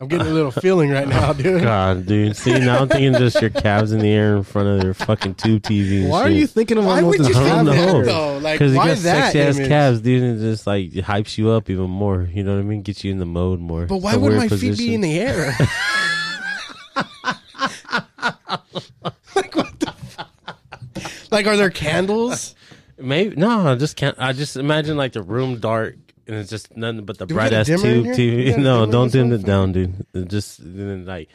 Speaker 2: I'm getting a little feeling right now, dude.
Speaker 3: God, dude. See, now I'm thinking just your calves in the air in front of their fucking tube TV. and
Speaker 4: Why are
Speaker 3: shit.
Speaker 4: you thinking of
Speaker 2: Why
Speaker 4: all
Speaker 2: would
Speaker 4: those
Speaker 2: you
Speaker 3: I
Speaker 2: think
Speaker 3: don't
Speaker 4: things?
Speaker 2: that
Speaker 3: know.
Speaker 2: though? Like,
Speaker 3: Because you
Speaker 2: why
Speaker 3: got
Speaker 2: that
Speaker 3: sexy ass
Speaker 2: image?
Speaker 3: calves, dude, and it just like hypes you up even more. You know what I mean? Gets you in the mode more.
Speaker 2: But
Speaker 3: It's
Speaker 2: why
Speaker 3: a
Speaker 2: would
Speaker 3: weird
Speaker 2: my feet
Speaker 3: position.
Speaker 2: be in the air? like what the? fuck? Like are there candles?
Speaker 3: Maybe no, I just can't. I just imagine like the room dark and it's just nothing but the
Speaker 2: we got
Speaker 3: bright
Speaker 2: a
Speaker 3: ass
Speaker 2: dimmer in here? We
Speaker 3: tube TV.
Speaker 2: got a dimmer
Speaker 3: No,
Speaker 2: in this
Speaker 3: don't dim it down, dude. It just and then, like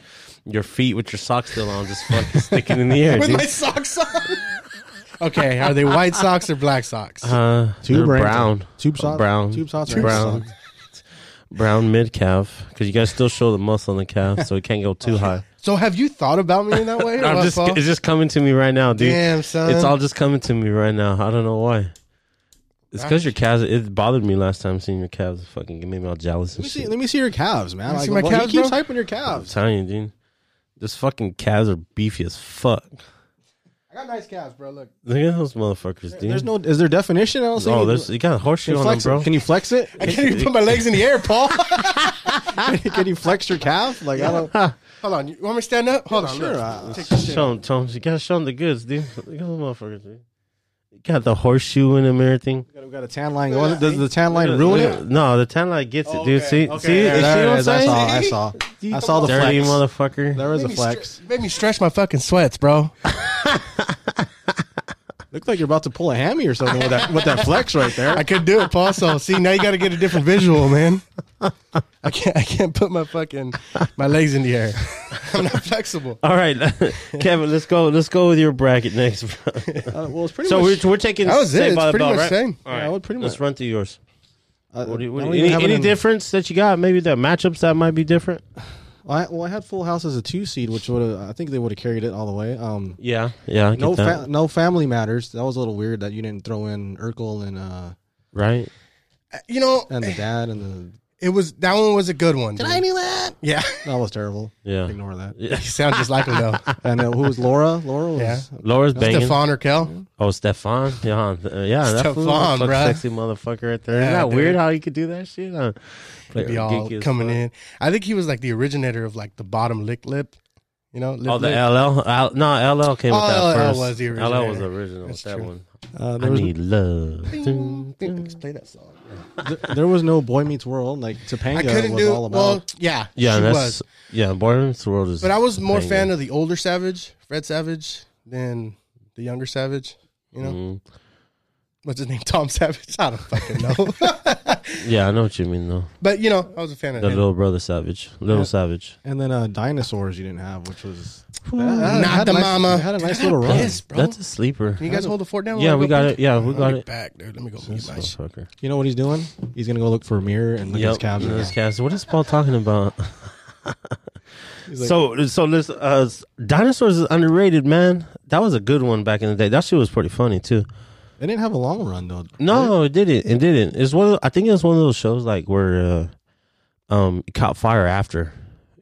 Speaker 3: your feet with your socks still on, just fucking sticking in the air,
Speaker 2: With
Speaker 3: dude.
Speaker 2: my socks on. Okay, are they white socks or black socks?
Speaker 3: uh,
Speaker 4: Tube
Speaker 3: they're
Speaker 4: brand-
Speaker 3: brown,
Speaker 4: tube socks-
Speaker 3: brown,
Speaker 4: tube socks or
Speaker 3: brown,
Speaker 4: black
Speaker 3: brown mid calf because you guys still show the muscle in the calf, so it can't go too high.
Speaker 2: so have you thought about me in that way? or
Speaker 3: I'm
Speaker 2: what,
Speaker 3: just,
Speaker 2: Paul?
Speaker 3: it's just coming to me right now, dude.
Speaker 2: Damn, son.
Speaker 3: It's all just coming to me right now. I don't know why. It's because your calves. It bothered me last time seeing your calves. Fucking made me all jealous
Speaker 4: Let
Speaker 3: and
Speaker 4: me
Speaker 3: shit.
Speaker 4: see, let me see your calves, man.
Speaker 2: You
Speaker 4: Like,
Speaker 2: see my
Speaker 4: why-
Speaker 2: calves,
Speaker 4: he keeps
Speaker 2: bro?
Speaker 4: hyping your
Speaker 3: I'm
Speaker 4: calves.
Speaker 3: telling you, dude. Those fucking calves are beefy as fuck.
Speaker 4: I got nice calves, bro. Look,
Speaker 3: Look at those motherfuckers, dude.
Speaker 4: there's no. Is there definition? I don't see.
Speaker 3: oh,
Speaker 4: you-
Speaker 3: there's you got a
Speaker 4: Can
Speaker 3: horseshoe
Speaker 4: you
Speaker 3: on them,
Speaker 4: flex
Speaker 3: bro.
Speaker 4: it? Can you flex it?
Speaker 2: I can't even put my legs in the air, Paul.
Speaker 4: Can you flex your calf? Like I don't.
Speaker 2: Hold on, you want me to stand up? Hold on,
Speaker 4: Sure.
Speaker 2: look.
Speaker 4: uh,
Speaker 2: Take this shit
Speaker 3: Show them, Tom. You gotta show them the goods, dude. Look at those motherfuckers, dude. You got the horseshoe in them and everything.
Speaker 4: we got- we got a tan line going. Does the tan line ruin
Speaker 3: Look
Speaker 4: it? Oh,
Speaker 3: at- No, the tan light gets it, dude.
Speaker 2: Okay,
Speaker 3: See,
Speaker 2: okay.
Speaker 3: see, you
Speaker 4: There,
Speaker 3: see what
Speaker 4: there it
Speaker 3: I'm
Speaker 4: is. I
Speaker 3: saying?
Speaker 4: saw. I saw. I saw the
Speaker 3: Dirty
Speaker 4: flex.
Speaker 3: motherfucker.
Speaker 4: There was a
Speaker 2: Made me
Speaker 4: flex.
Speaker 2: stre- made me stretch my fucking sweats, bro.
Speaker 4: Looked like you're about to pull a hammy or something with that with that flex right there.
Speaker 2: I could do it, Paul. So see, now you got to get a different visual, man. I can't. I can't put my fucking my legs in the air. I'm not flexible.
Speaker 3: All right, Kevin, let's go. Let's go with your bracket next. bro.
Speaker 4: Uh, well, it's pretty
Speaker 3: so we're,
Speaker 4: much.
Speaker 3: we're taking
Speaker 2: That was it.
Speaker 3: same
Speaker 2: It's
Speaker 3: by the
Speaker 2: pretty
Speaker 3: bell,
Speaker 2: much
Speaker 3: right?
Speaker 2: same.
Speaker 3: All right,
Speaker 4: Yeah, I would pretty
Speaker 3: let's
Speaker 4: much-
Speaker 3: run through yours.
Speaker 4: uh,
Speaker 3: What do you,
Speaker 4: I
Speaker 3: what,
Speaker 4: don't even
Speaker 3: any
Speaker 4: have it
Speaker 3: any
Speaker 4: in-
Speaker 3: difference that you got? Maybe the matchups that might be different.
Speaker 4: Well, I, well, I had Full House as a two seed, which would have I think they would have carried it all the way. Um,
Speaker 3: Yeah, yeah, I get
Speaker 4: no,
Speaker 3: that.
Speaker 4: fa- no family matters. That was a little weird that you didn't throw in Urkel and uh
Speaker 3: right?
Speaker 2: You know,
Speaker 4: and the dad and
Speaker 2: it was that one was a good one. dude.
Speaker 4: do that?
Speaker 2: Yeah,
Speaker 4: That was terrible.
Speaker 3: Yeah.
Speaker 4: Ignore that.
Speaker 2: you sound just like him though.
Speaker 4: And uh, who was Laura? Laura was.
Speaker 2: Yeah.
Speaker 3: Laura's banging.
Speaker 2: Stefan or Kel?
Speaker 3: Oh, Stefan. Yeah, uh, yeah. That fool
Speaker 2: Stefan,
Speaker 3: looks
Speaker 2: bruh.
Speaker 3: sexy motherfucker right there.
Speaker 2: Yeah,
Speaker 3: Isn't that
Speaker 2: dude.
Speaker 3: weird how you could do that shit? Huh? Like,
Speaker 2: Be all
Speaker 3: geeky as
Speaker 2: coming
Speaker 3: fuck.
Speaker 2: in. I think he was like the originator of like the bottom lick lip. You know, lip
Speaker 3: Oh, the
Speaker 2: lip.
Speaker 3: LL. Al- no, LL came with
Speaker 2: Oh,
Speaker 3: that
Speaker 2: LL
Speaker 3: first.
Speaker 2: was the
Speaker 3: LL was
Speaker 2: originator.
Speaker 3: the original.
Speaker 2: That's
Speaker 3: with that
Speaker 2: true.
Speaker 3: one.
Speaker 4: Uh,
Speaker 3: I
Speaker 4: there, was,
Speaker 3: need love.
Speaker 2: Ding, ding. Let's play that song.
Speaker 4: th- there was no Boy Meets World. Like
Speaker 2: I
Speaker 4: Topanga
Speaker 2: couldn't
Speaker 4: uh, was
Speaker 2: do.
Speaker 4: all about.
Speaker 2: Well, yeah,
Speaker 3: Yeah,
Speaker 2: she
Speaker 3: that's
Speaker 2: was.
Speaker 3: yeah. Boyman's World is.
Speaker 2: But I was more
Speaker 3: banging.
Speaker 2: fan of the older Savage, Fred Savage, than the younger Savage. You know,
Speaker 3: Mhm.
Speaker 2: what's his name? Tom Savage. I don't fucking know.
Speaker 3: Yeah, I know what you mean though.
Speaker 2: but you know, I was a fan of
Speaker 3: The
Speaker 2: him.
Speaker 3: little brother Savage, little
Speaker 4: Yeah.
Speaker 3: Savage.
Speaker 4: and then uh, Dinosaurs you didn't have, which was
Speaker 2: Not
Speaker 4: Uh, had
Speaker 2: the
Speaker 4: a nice,
Speaker 2: mama.
Speaker 4: it Had a nice little run.
Speaker 2: Yes, bro.
Speaker 3: That's a sleeper.
Speaker 2: Can you guys hold the fort down?
Speaker 3: yeah,
Speaker 2: while I
Speaker 3: we
Speaker 2: go
Speaker 3: got
Speaker 2: pee?
Speaker 3: it. Yeah,
Speaker 2: I'll
Speaker 3: we got
Speaker 2: get
Speaker 3: it.
Speaker 2: Back, dude. Let me go mute my shit.
Speaker 3: Motherfucker.
Speaker 4: You know what he's doing? He's gonna go look for a mirror and look at his
Speaker 3: Yep.
Speaker 4: calves.
Speaker 3: Those
Speaker 4: again.
Speaker 3: calves. What is Paul talking about?
Speaker 4: like-
Speaker 3: so so let's uh dinosaurs is underrated man that was a good one back in the day that shit was pretty funny too
Speaker 4: They didn't have a long run though.
Speaker 3: no it didn't it didn't it's one of, i think it was one of those shows like where uh um it caught fire after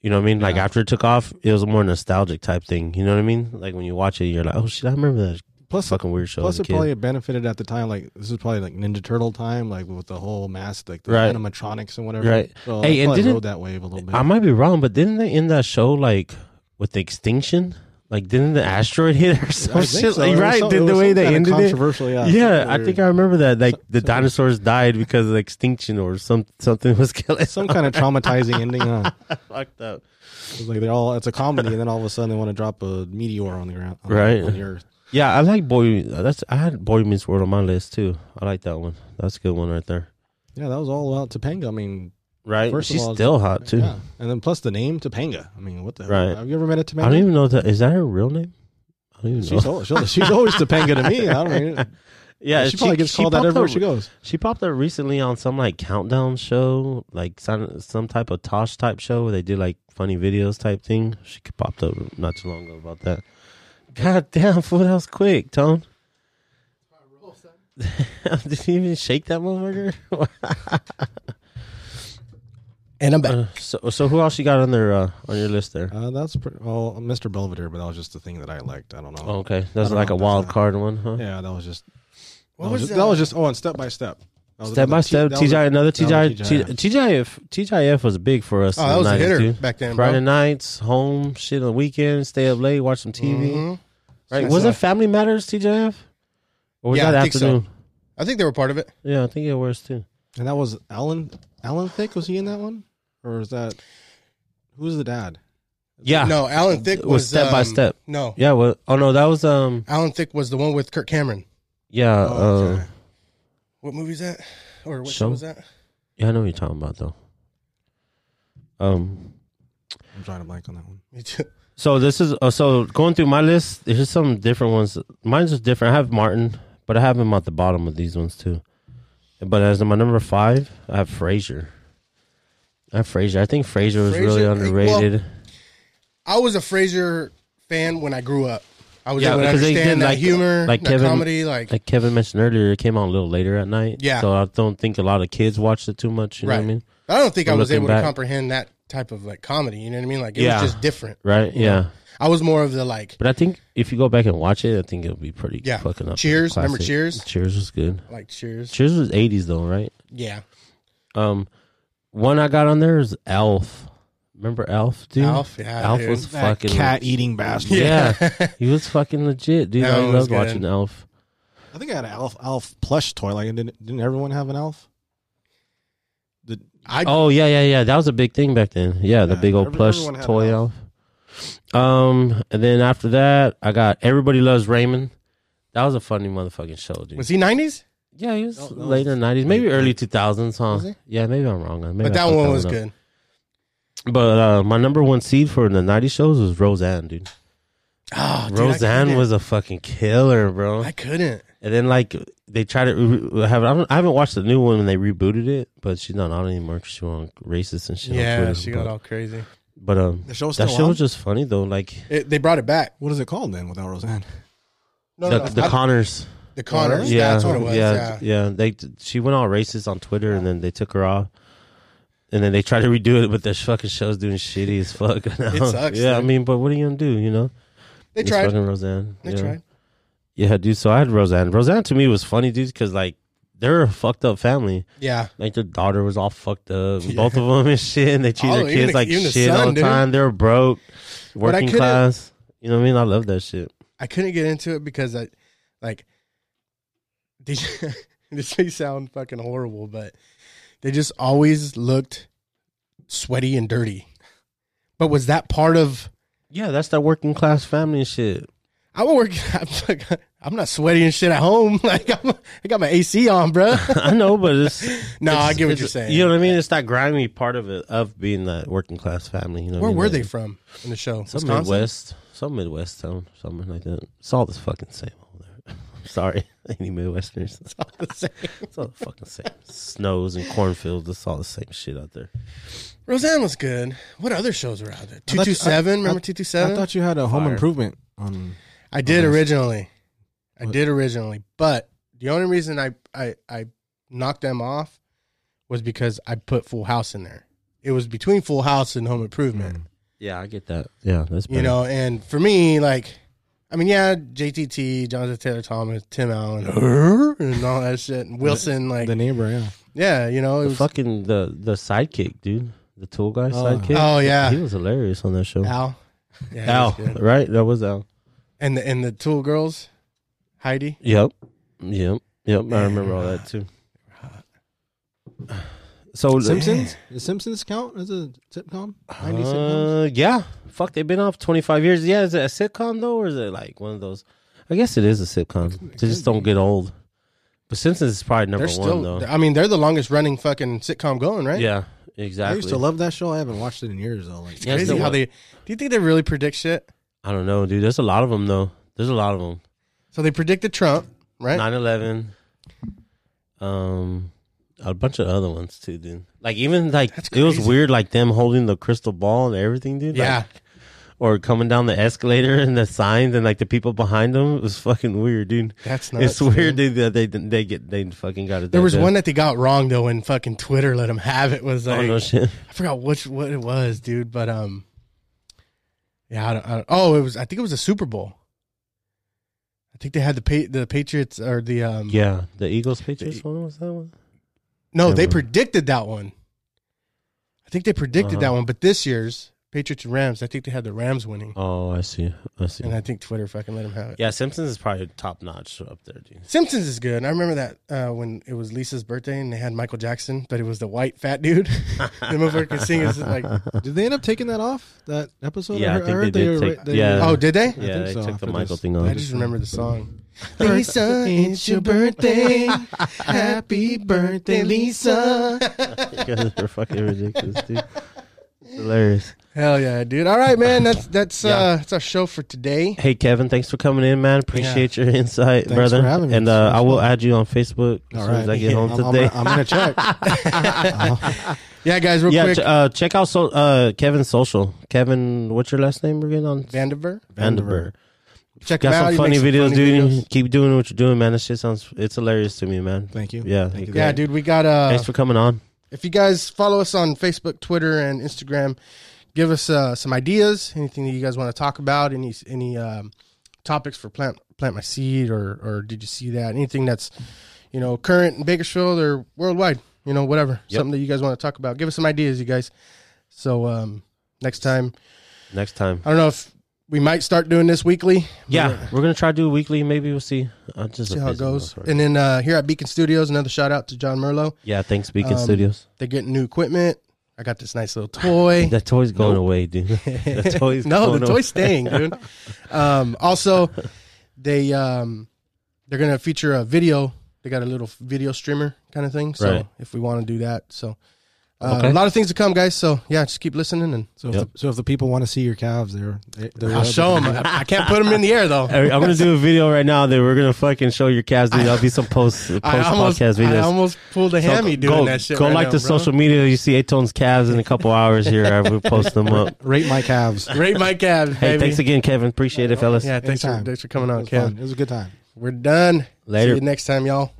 Speaker 3: you know what i mean like after it took off it was a more nostalgic type thing you know what i mean like when you watch it you're like oh shit i remember that
Speaker 4: Plus,
Speaker 3: fucking weird show as
Speaker 4: plus
Speaker 3: a
Speaker 4: it
Speaker 3: kid.
Speaker 4: probably benefited at the time. Like this is probably like Ninja Turtle time, like with the whole mask, like the
Speaker 3: Right.
Speaker 4: animatronics and whatever.
Speaker 3: Right.
Speaker 4: So
Speaker 3: Hey,
Speaker 4: I
Speaker 3: and
Speaker 4: probably
Speaker 3: didn't-
Speaker 4: rode that wave a little bit.
Speaker 3: I might be wrong, but didn't they end that show like with the extinction? Like, didn't the asteroid hit or
Speaker 4: I
Speaker 3: some
Speaker 4: think
Speaker 3: shit?
Speaker 4: so.
Speaker 3: Like,
Speaker 4: It was
Speaker 3: right?
Speaker 4: some-
Speaker 3: Did
Speaker 4: it
Speaker 3: the
Speaker 4: was
Speaker 3: way
Speaker 4: some
Speaker 3: they
Speaker 4: kinda
Speaker 3: ended it?
Speaker 4: controversial, yeah.
Speaker 3: Yeah,
Speaker 4: Some
Speaker 3: I
Speaker 4: weird-
Speaker 3: think I remember that. Like, the dinosaurs died because of the extinction or some something was killing.
Speaker 4: some kind of traumatizing ending. Huh?
Speaker 3: fucked up.
Speaker 4: It's like they're all it's a comedy, and then all of a sudden they want to drop a meteor on the ground, on-
Speaker 3: Right.
Speaker 4: On the earth.
Speaker 3: Yeah, I like Boy. That's I had Boy Meets World on my list too. I like that one. That's a good one right there.
Speaker 4: Yeah, that was all about Topanga. I mean,
Speaker 3: Right?
Speaker 4: First of
Speaker 3: She's
Speaker 4: all,
Speaker 3: still hot too.
Speaker 4: yeah, and then plus the name Topanga. I mean, what the
Speaker 3: Right.
Speaker 4: hell? Have you ever met a Topanga?
Speaker 3: I don't even know that. Is that her real name? I don't even know.
Speaker 4: She's, al- she'll- she's always Topanga to me. I don't mean,
Speaker 3: yeah,
Speaker 4: she, probably gets called that
Speaker 3: popped
Speaker 4: everywhere
Speaker 3: up-
Speaker 4: she goes.
Speaker 3: She popped up recently on some like countdown show, like some some type of Tosh type show where they do like funny videos type thing. She popped up not too long ago about that. God damn, fool, that was quick, Tone. Did he even shake that motherfucker?
Speaker 2: And I'm back.
Speaker 3: so, so who else you got on there uh, on your list there?
Speaker 4: Uh, that's pretty, well, Mr. Belvedere, but that was just the thing that I liked. I don't know.
Speaker 3: Oh, okay, that's
Speaker 4: don't
Speaker 3: like
Speaker 4: know,
Speaker 3: a
Speaker 4: that's
Speaker 3: wild
Speaker 4: not-
Speaker 3: card one, huh?
Speaker 4: Yeah, that was just.
Speaker 2: What was
Speaker 4: that was, just,
Speaker 2: that?
Speaker 4: that was just oh, and step by step. was
Speaker 3: Step by
Speaker 4: another T-
Speaker 3: step,
Speaker 4: that was
Speaker 3: TJ,
Speaker 4: a-
Speaker 3: another
Speaker 4: that was a
Speaker 3: TJ,
Speaker 4: TJF.
Speaker 3: TJF, TJF was big for us.
Speaker 2: Oh,
Speaker 3: in
Speaker 2: that was
Speaker 3: the
Speaker 2: a
Speaker 3: 90s,
Speaker 2: hitter
Speaker 3: dude.
Speaker 2: back then, bro.
Speaker 3: Friday nights, home, shit on the weekend, stay up late, watch some TV.
Speaker 2: Mhm.
Speaker 3: Right?
Speaker 2: That's
Speaker 3: Was it
Speaker 2: right.
Speaker 3: Family Matters, TJF? Or was
Speaker 2: Yeah,
Speaker 3: that
Speaker 2: I think so.
Speaker 3: afternoon?
Speaker 2: I think they were part of it.
Speaker 3: Yeah, I think it was too.
Speaker 4: And that was Alan. Alan Thick was he in that one, or was that who's the dad?
Speaker 3: Yeah.
Speaker 2: No, Alan Thick
Speaker 3: Ah, It
Speaker 2: was,
Speaker 3: was Step by
Speaker 2: um,
Speaker 3: Step.
Speaker 2: No,
Speaker 3: Yeah, well, oh no, that was um
Speaker 2: Alan Thick was the one with Kirk Cameron.
Speaker 3: yeah,
Speaker 4: Oh, okay.
Speaker 3: uh,
Speaker 2: What movie is that? Or what
Speaker 3: Show?
Speaker 2: show was that?
Speaker 3: yeah, I know what you're talking about though. Um
Speaker 4: I'm trying to blank on that one.
Speaker 2: Me too.
Speaker 3: So this is uh, so going through my list. There's just some different ones. Mine's just different. I have Martin, but I have him at the bottom of these ones too. But as my number five, I have Frazier. I have Frazier. I think Frazier was really
Speaker 2: Frasier, uh,
Speaker 3: underrated.
Speaker 2: I was a Frasier fan when I grew up. I was
Speaker 3: Yeah,
Speaker 2: able to
Speaker 3: because they did,
Speaker 2: understand that
Speaker 3: like-
Speaker 2: humor,
Speaker 3: like
Speaker 2: that
Speaker 3: Kevin-
Speaker 2: comedy, like,
Speaker 3: like Kevin mentioned earlier, it came out a little later at night.
Speaker 2: Yeah.
Speaker 3: So I don't think a lot of kids watched it too much. You know
Speaker 2: right.
Speaker 3: what I mean?
Speaker 2: I don't think I
Speaker 3: But
Speaker 2: was
Speaker 3: looking
Speaker 2: able
Speaker 3: back-
Speaker 2: to comprehend that type of like comedy. You know what I mean? Like it
Speaker 3: Yeah.
Speaker 2: was just different.
Speaker 3: Right? Yeah.
Speaker 2: I was more of the like
Speaker 3: But I think if you go back and watch it, I think it'll be pretty
Speaker 2: Yeah.
Speaker 3: fucking up.
Speaker 2: Cheers. Remember
Speaker 3: Classic.
Speaker 2: Cheers?
Speaker 3: Cheers was good.
Speaker 2: like Cheers.
Speaker 3: Cheers was 80s though, right?
Speaker 2: Yeah,
Speaker 3: Um, one I got on there is Alf. Remember Alf, dude?
Speaker 2: Alf, yeah,
Speaker 3: Alf
Speaker 2: dude.
Speaker 3: was
Speaker 2: That
Speaker 3: fucking
Speaker 4: Cat eating bastard.
Speaker 3: Yeah, he was fucking legit, dude.
Speaker 2: That
Speaker 3: I
Speaker 2: one
Speaker 3: loved
Speaker 2: was good.
Speaker 3: watching Alf.
Speaker 4: I think I had an elf elf plush toy. Like, didn't didn't everyone have an elf? Did,
Speaker 2: I
Speaker 3: Oh yeah, yeah, yeah. That was a big thing back then. Yeah, the
Speaker 4: Yeah,
Speaker 3: big old
Speaker 4: every-
Speaker 3: plush
Speaker 4: everyone had
Speaker 3: toy
Speaker 4: an
Speaker 3: Alf. Um, and then after that, I got Everybody Loves Raymond. That was a funny motherfucking show, dude.
Speaker 2: was he nineties,
Speaker 3: yeah, he was
Speaker 4: No, that was-
Speaker 3: later nineties, maybe early two thousands, huh?
Speaker 2: Was he?
Speaker 3: Yeah, maybe I'm wrong. Maybe I
Speaker 2: but that
Speaker 3: fucked
Speaker 2: one was
Speaker 3: up.
Speaker 2: good.
Speaker 3: But uh, my number one seed for the '90s shows was Roseanne, dude.
Speaker 2: Oh, dude, I
Speaker 3: Roseanne
Speaker 2: couldn't.
Speaker 3: was a fucking killer, bro.
Speaker 2: I couldn't.
Speaker 3: And then like they try to re- have. I, don't, I haven't watched the new one when they rebooted it, but she's not on anymore because she went racist and shit. on
Speaker 2: Yeah,
Speaker 3: Twitter,
Speaker 2: she
Speaker 3: but,
Speaker 2: got all crazy.
Speaker 3: But um,
Speaker 4: The show's
Speaker 3: that
Speaker 4: still
Speaker 3: show
Speaker 4: on?
Speaker 3: was just funny though. Like
Speaker 2: It, they brought it back.
Speaker 4: what is it called then? Without Roseanne,
Speaker 2: No,
Speaker 3: the,
Speaker 2: no, no.
Speaker 3: the
Speaker 2: I-
Speaker 3: Connors.
Speaker 2: the Connors.
Speaker 3: Yeah,
Speaker 2: that's what it was.
Speaker 3: yeah,
Speaker 2: Yeah,
Speaker 3: yeah. They she went all racist on Twitter, and then they took her off. And then they tried to redo it, but the fucking show's doing shitty as fuck.
Speaker 2: It sucks,
Speaker 3: Yeah, I
Speaker 2: dude.
Speaker 3: mean, but what are you gonna do? You know,
Speaker 2: they
Speaker 3: It's
Speaker 2: tried.
Speaker 3: fucking Roseanne.
Speaker 2: They
Speaker 3: yeah.
Speaker 2: tried.
Speaker 3: Yeah, dude. So I had Roseanne. Roseanne to me was funny, dude, because like they're a fucked up family.
Speaker 2: Yeah,
Speaker 3: Like their daughter was all fucked up, both of them and shit, and they treat
Speaker 2: Oh,
Speaker 3: their
Speaker 2: even
Speaker 3: kids
Speaker 2: the-
Speaker 3: like
Speaker 2: even the
Speaker 3: shit
Speaker 2: son,
Speaker 3: all the
Speaker 2: dude.
Speaker 3: time. They're broke,
Speaker 2: I
Speaker 3: working
Speaker 2: couldn't-
Speaker 3: class. You know what I mean? I love that shit.
Speaker 2: I couldn't get into it because I, like, did you, this may sound fucking horrible, but they just always looked sweaty and dirty. But was that part of?
Speaker 3: Yeah, that's that working class family and shit.
Speaker 2: I'm a work. I'm, like, I'm not sweaty and shit at home. Like I'm, I got my AC on, bro.
Speaker 3: I know, but it's
Speaker 2: No,
Speaker 3: it's-
Speaker 2: I get what
Speaker 3: it's-
Speaker 2: you're saying.
Speaker 3: You know what I mean? It's that grimy part of it of being that working class family. You know, what
Speaker 2: Where
Speaker 3: I mean?
Speaker 2: were
Speaker 3: Like,
Speaker 2: they from in the show?
Speaker 3: Some
Speaker 2: Wisconsin?
Speaker 3: Midwest, some Midwest town, something like that. It's all the fucking same over there. Sorry, any Midwesterners. It's all the same. It's all the fucking same. Snows and cornfields. It's all the same shit out there.
Speaker 2: Roseanne was good. What other shows were out there?
Speaker 4: I thought you- I-
Speaker 2: 227.
Speaker 4: I-
Speaker 2: Remember
Speaker 4: I
Speaker 2: 227?
Speaker 4: thought you had a Home
Speaker 3: Fire.
Speaker 4: Improvement on.
Speaker 2: I did
Speaker 4: Okay.
Speaker 2: originally. I
Speaker 4: What-
Speaker 2: did originally, but the only reason I, I I knocked them off was because I put Full House in there. It was between Full House and Home Improvement,
Speaker 3: Yeah, I get that. Yeah, that's
Speaker 2: you know. And for me, like, I mean, yeah, JTT, Jonathan Taylor Thomas, Tim Allen, and all that shit, and Wilson, like,
Speaker 4: The neighbor, yeah.
Speaker 2: yeah, you know, it
Speaker 3: the
Speaker 2: was
Speaker 3: fucking the the sidekick dude, the tool guy sidekick.
Speaker 2: Oh, yeah.
Speaker 3: he was hilarious on that show.
Speaker 2: Al, yeah, he was
Speaker 3: Al,
Speaker 2: good.
Speaker 3: right? That was Al.
Speaker 2: and the and the Tool Girls, Heidi.
Speaker 3: Yep. Yep. Yep. I remember all that too. So
Speaker 4: Simpsons. Does Simpsons count as a sitcom? 90 sitcoms?
Speaker 3: Uh, yeah. Fuck, they've been off 25 years. Yeah, is it a sitcom though, or is it like one of those? I guess it is a sitcom. They just don't get old. But Simpsons is probably number
Speaker 2: They're
Speaker 3: one though.
Speaker 2: still. I mean, they're the longest running fucking sitcom going, right?
Speaker 3: Yeah,
Speaker 4: I
Speaker 3: exactly.
Speaker 4: used to love that show. I haven't watched it in years though. Like,
Speaker 3: Yeah,
Speaker 2: Crazy
Speaker 3: still
Speaker 2: how
Speaker 3: work.
Speaker 2: they. Do you think they really predict shit?
Speaker 3: I don't know, dude. There's a lot of them though. There's a lot of them.
Speaker 2: So they predicted Trump, right?
Speaker 3: 9/11. Um, a bunch of other ones too, dude. Like even like
Speaker 2: That's
Speaker 3: it was
Speaker 2: crazy.
Speaker 3: weird, like them holding the crystal ball and everything, dude. Like,
Speaker 2: yeah,
Speaker 3: or coming down the escalator and the signs and like the people behind them it was fucking weird, dude.
Speaker 2: that's nuts.
Speaker 3: It's weird,
Speaker 2: dude.
Speaker 3: dude. That they they get they fucking got it.
Speaker 2: There
Speaker 3: that
Speaker 2: was
Speaker 3: bad.
Speaker 2: one that they got wrong though, and fucking Twitter let them have it. Was
Speaker 3: Oh
Speaker 2: like
Speaker 3: no shit.
Speaker 2: I forgot which what it was, dude. But um, yeah, I don't, I don't. Oh, it was. I think it was a Super Bowl. I think they had the pa- the Patriots or the um.
Speaker 4: E-
Speaker 3: Yeah, the Eagles Patriots one was that one.
Speaker 2: No, they
Speaker 3: Never.
Speaker 2: predicted that one. I think they predicted
Speaker 3: Uh-huh.
Speaker 2: that one, but this year's Patriots and Rams, I think they had the Rams winning,
Speaker 3: Oh, I see. I see.
Speaker 2: and I think Twitter fucking let them have it.
Speaker 3: yeah, Simpsons is probably top notch up there, dude.
Speaker 2: Simpsons is good. I remember that uh, when it was Lisa's birthday and they had Michael Jackson, but it was the white fat dude. the motherfucker could sing is like,
Speaker 4: Did they end up taking that off that episode?
Speaker 3: Yeah, I
Speaker 4: heard-
Speaker 3: think
Speaker 4: heard
Speaker 3: they did
Speaker 4: were-
Speaker 3: take- yeah.
Speaker 2: oh, did they?
Speaker 3: yeah,
Speaker 4: think
Speaker 3: they
Speaker 4: so,
Speaker 3: took the
Speaker 4: for
Speaker 3: Michael
Speaker 4: this-
Speaker 3: thing
Speaker 2: I
Speaker 3: off.
Speaker 2: just remember the song.
Speaker 4: Lisa, Oh, it's your birthday. Happy birthday, Lisa.
Speaker 3: you guys are fucking ridiculous, dude. It's hilarious.
Speaker 2: Hell yeah, dude! All right, man. That's that's uh, that's our show for today.
Speaker 3: Hey, Kevin, thanks for coming in, man. Appreciate your insight,
Speaker 4: Thanks
Speaker 3: brother.
Speaker 4: for having me.
Speaker 3: And uh, I will add you on Facebook as soon as I get home
Speaker 4: I'm, I'm
Speaker 3: today.
Speaker 4: gonna- I'm gonna check.
Speaker 2: Yeah, guys, real
Speaker 3: yeah,
Speaker 2: quick.
Speaker 3: ch- uh, check out so- uh, Kevin's social. Kevin, what's your last name again? On
Speaker 2: Vandiver,
Speaker 3: Vandiver.
Speaker 2: check him
Speaker 3: Got
Speaker 2: out.
Speaker 3: some
Speaker 2: He
Speaker 3: funny
Speaker 2: makes some
Speaker 3: videos,
Speaker 2: funny
Speaker 3: dude.
Speaker 2: videos.
Speaker 3: Keep doing what you're doing, man. That shit sounds it's hilarious to me, man.
Speaker 4: Thank you.
Speaker 3: Yeah,
Speaker 4: Thank you.
Speaker 2: Yeah, dude. We got uh,
Speaker 3: Thanks for coming on.
Speaker 2: if you guys follow us on Facebook, Twitter, and Instagram, give us uh, some ideas. Anything that you guys want to talk about? Any any um, topics for plant plant my seed or or did you see that? Anything that's you know current in Bakersfield or worldwide? You know whatever
Speaker 3: Yep.
Speaker 2: something that you guys want to talk about. Give us some ideas, you guys. So um, next time,
Speaker 3: Next time.
Speaker 2: I don't know if we might start doing this weekly.
Speaker 3: Yeah, we're gonna try to do weekly. Maybe we'll see. I'll just
Speaker 2: see how it
Speaker 3: busy
Speaker 2: goes.
Speaker 3: motherfucker.
Speaker 2: And then uh, here at Beacon Studios, another shout out to John Merlo.
Speaker 3: yeah, thanks, Beacon
Speaker 2: Um,
Speaker 3: Studios.
Speaker 2: They're getting new equipment. I got this nice little toy.
Speaker 3: That toy's going away, dude. That toy's
Speaker 2: no,
Speaker 3: going
Speaker 2: the
Speaker 3: away.
Speaker 2: toy's staying, dude. Um, also, they um, they're gonna feature a video. They got a little video streamer kind of thing. So
Speaker 3: Right.
Speaker 2: if we want to do that, so uh,
Speaker 3: Okay.
Speaker 2: a lot of things to come, guys. So yeah, just keep listening and
Speaker 4: So,
Speaker 3: Yep.
Speaker 4: if the, so if the people want to see your calves, they're, they they're
Speaker 2: I'll show them. I, I can't put them in the air though.
Speaker 3: Hey, I'm gonna do a video right now that we're gonna fucking show your calves, dude. That'll be some post post
Speaker 2: I almost,
Speaker 3: podcast videos.
Speaker 2: I almost pulled a
Speaker 3: So
Speaker 2: hammy
Speaker 3: go-
Speaker 2: doing
Speaker 3: go,
Speaker 2: that shit.
Speaker 3: Go
Speaker 2: right
Speaker 3: like
Speaker 2: now,
Speaker 3: the
Speaker 2: bro.
Speaker 3: social media. You see Atone's calves in a couple hours here. I will post them up.
Speaker 4: Rate my calves.
Speaker 2: Rate my calves,
Speaker 3: Hey,
Speaker 2: baby.
Speaker 3: thanks again, Kevin. Appreciate it, fellas.
Speaker 2: Yeah, thanks for,
Speaker 4: Anytime.
Speaker 2: thanks for coming
Speaker 4: It
Speaker 2: on,
Speaker 4: was
Speaker 2: Kev.
Speaker 4: fun. It was a good time.
Speaker 2: We're done.
Speaker 3: Later.
Speaker 2: See you next time, y'all.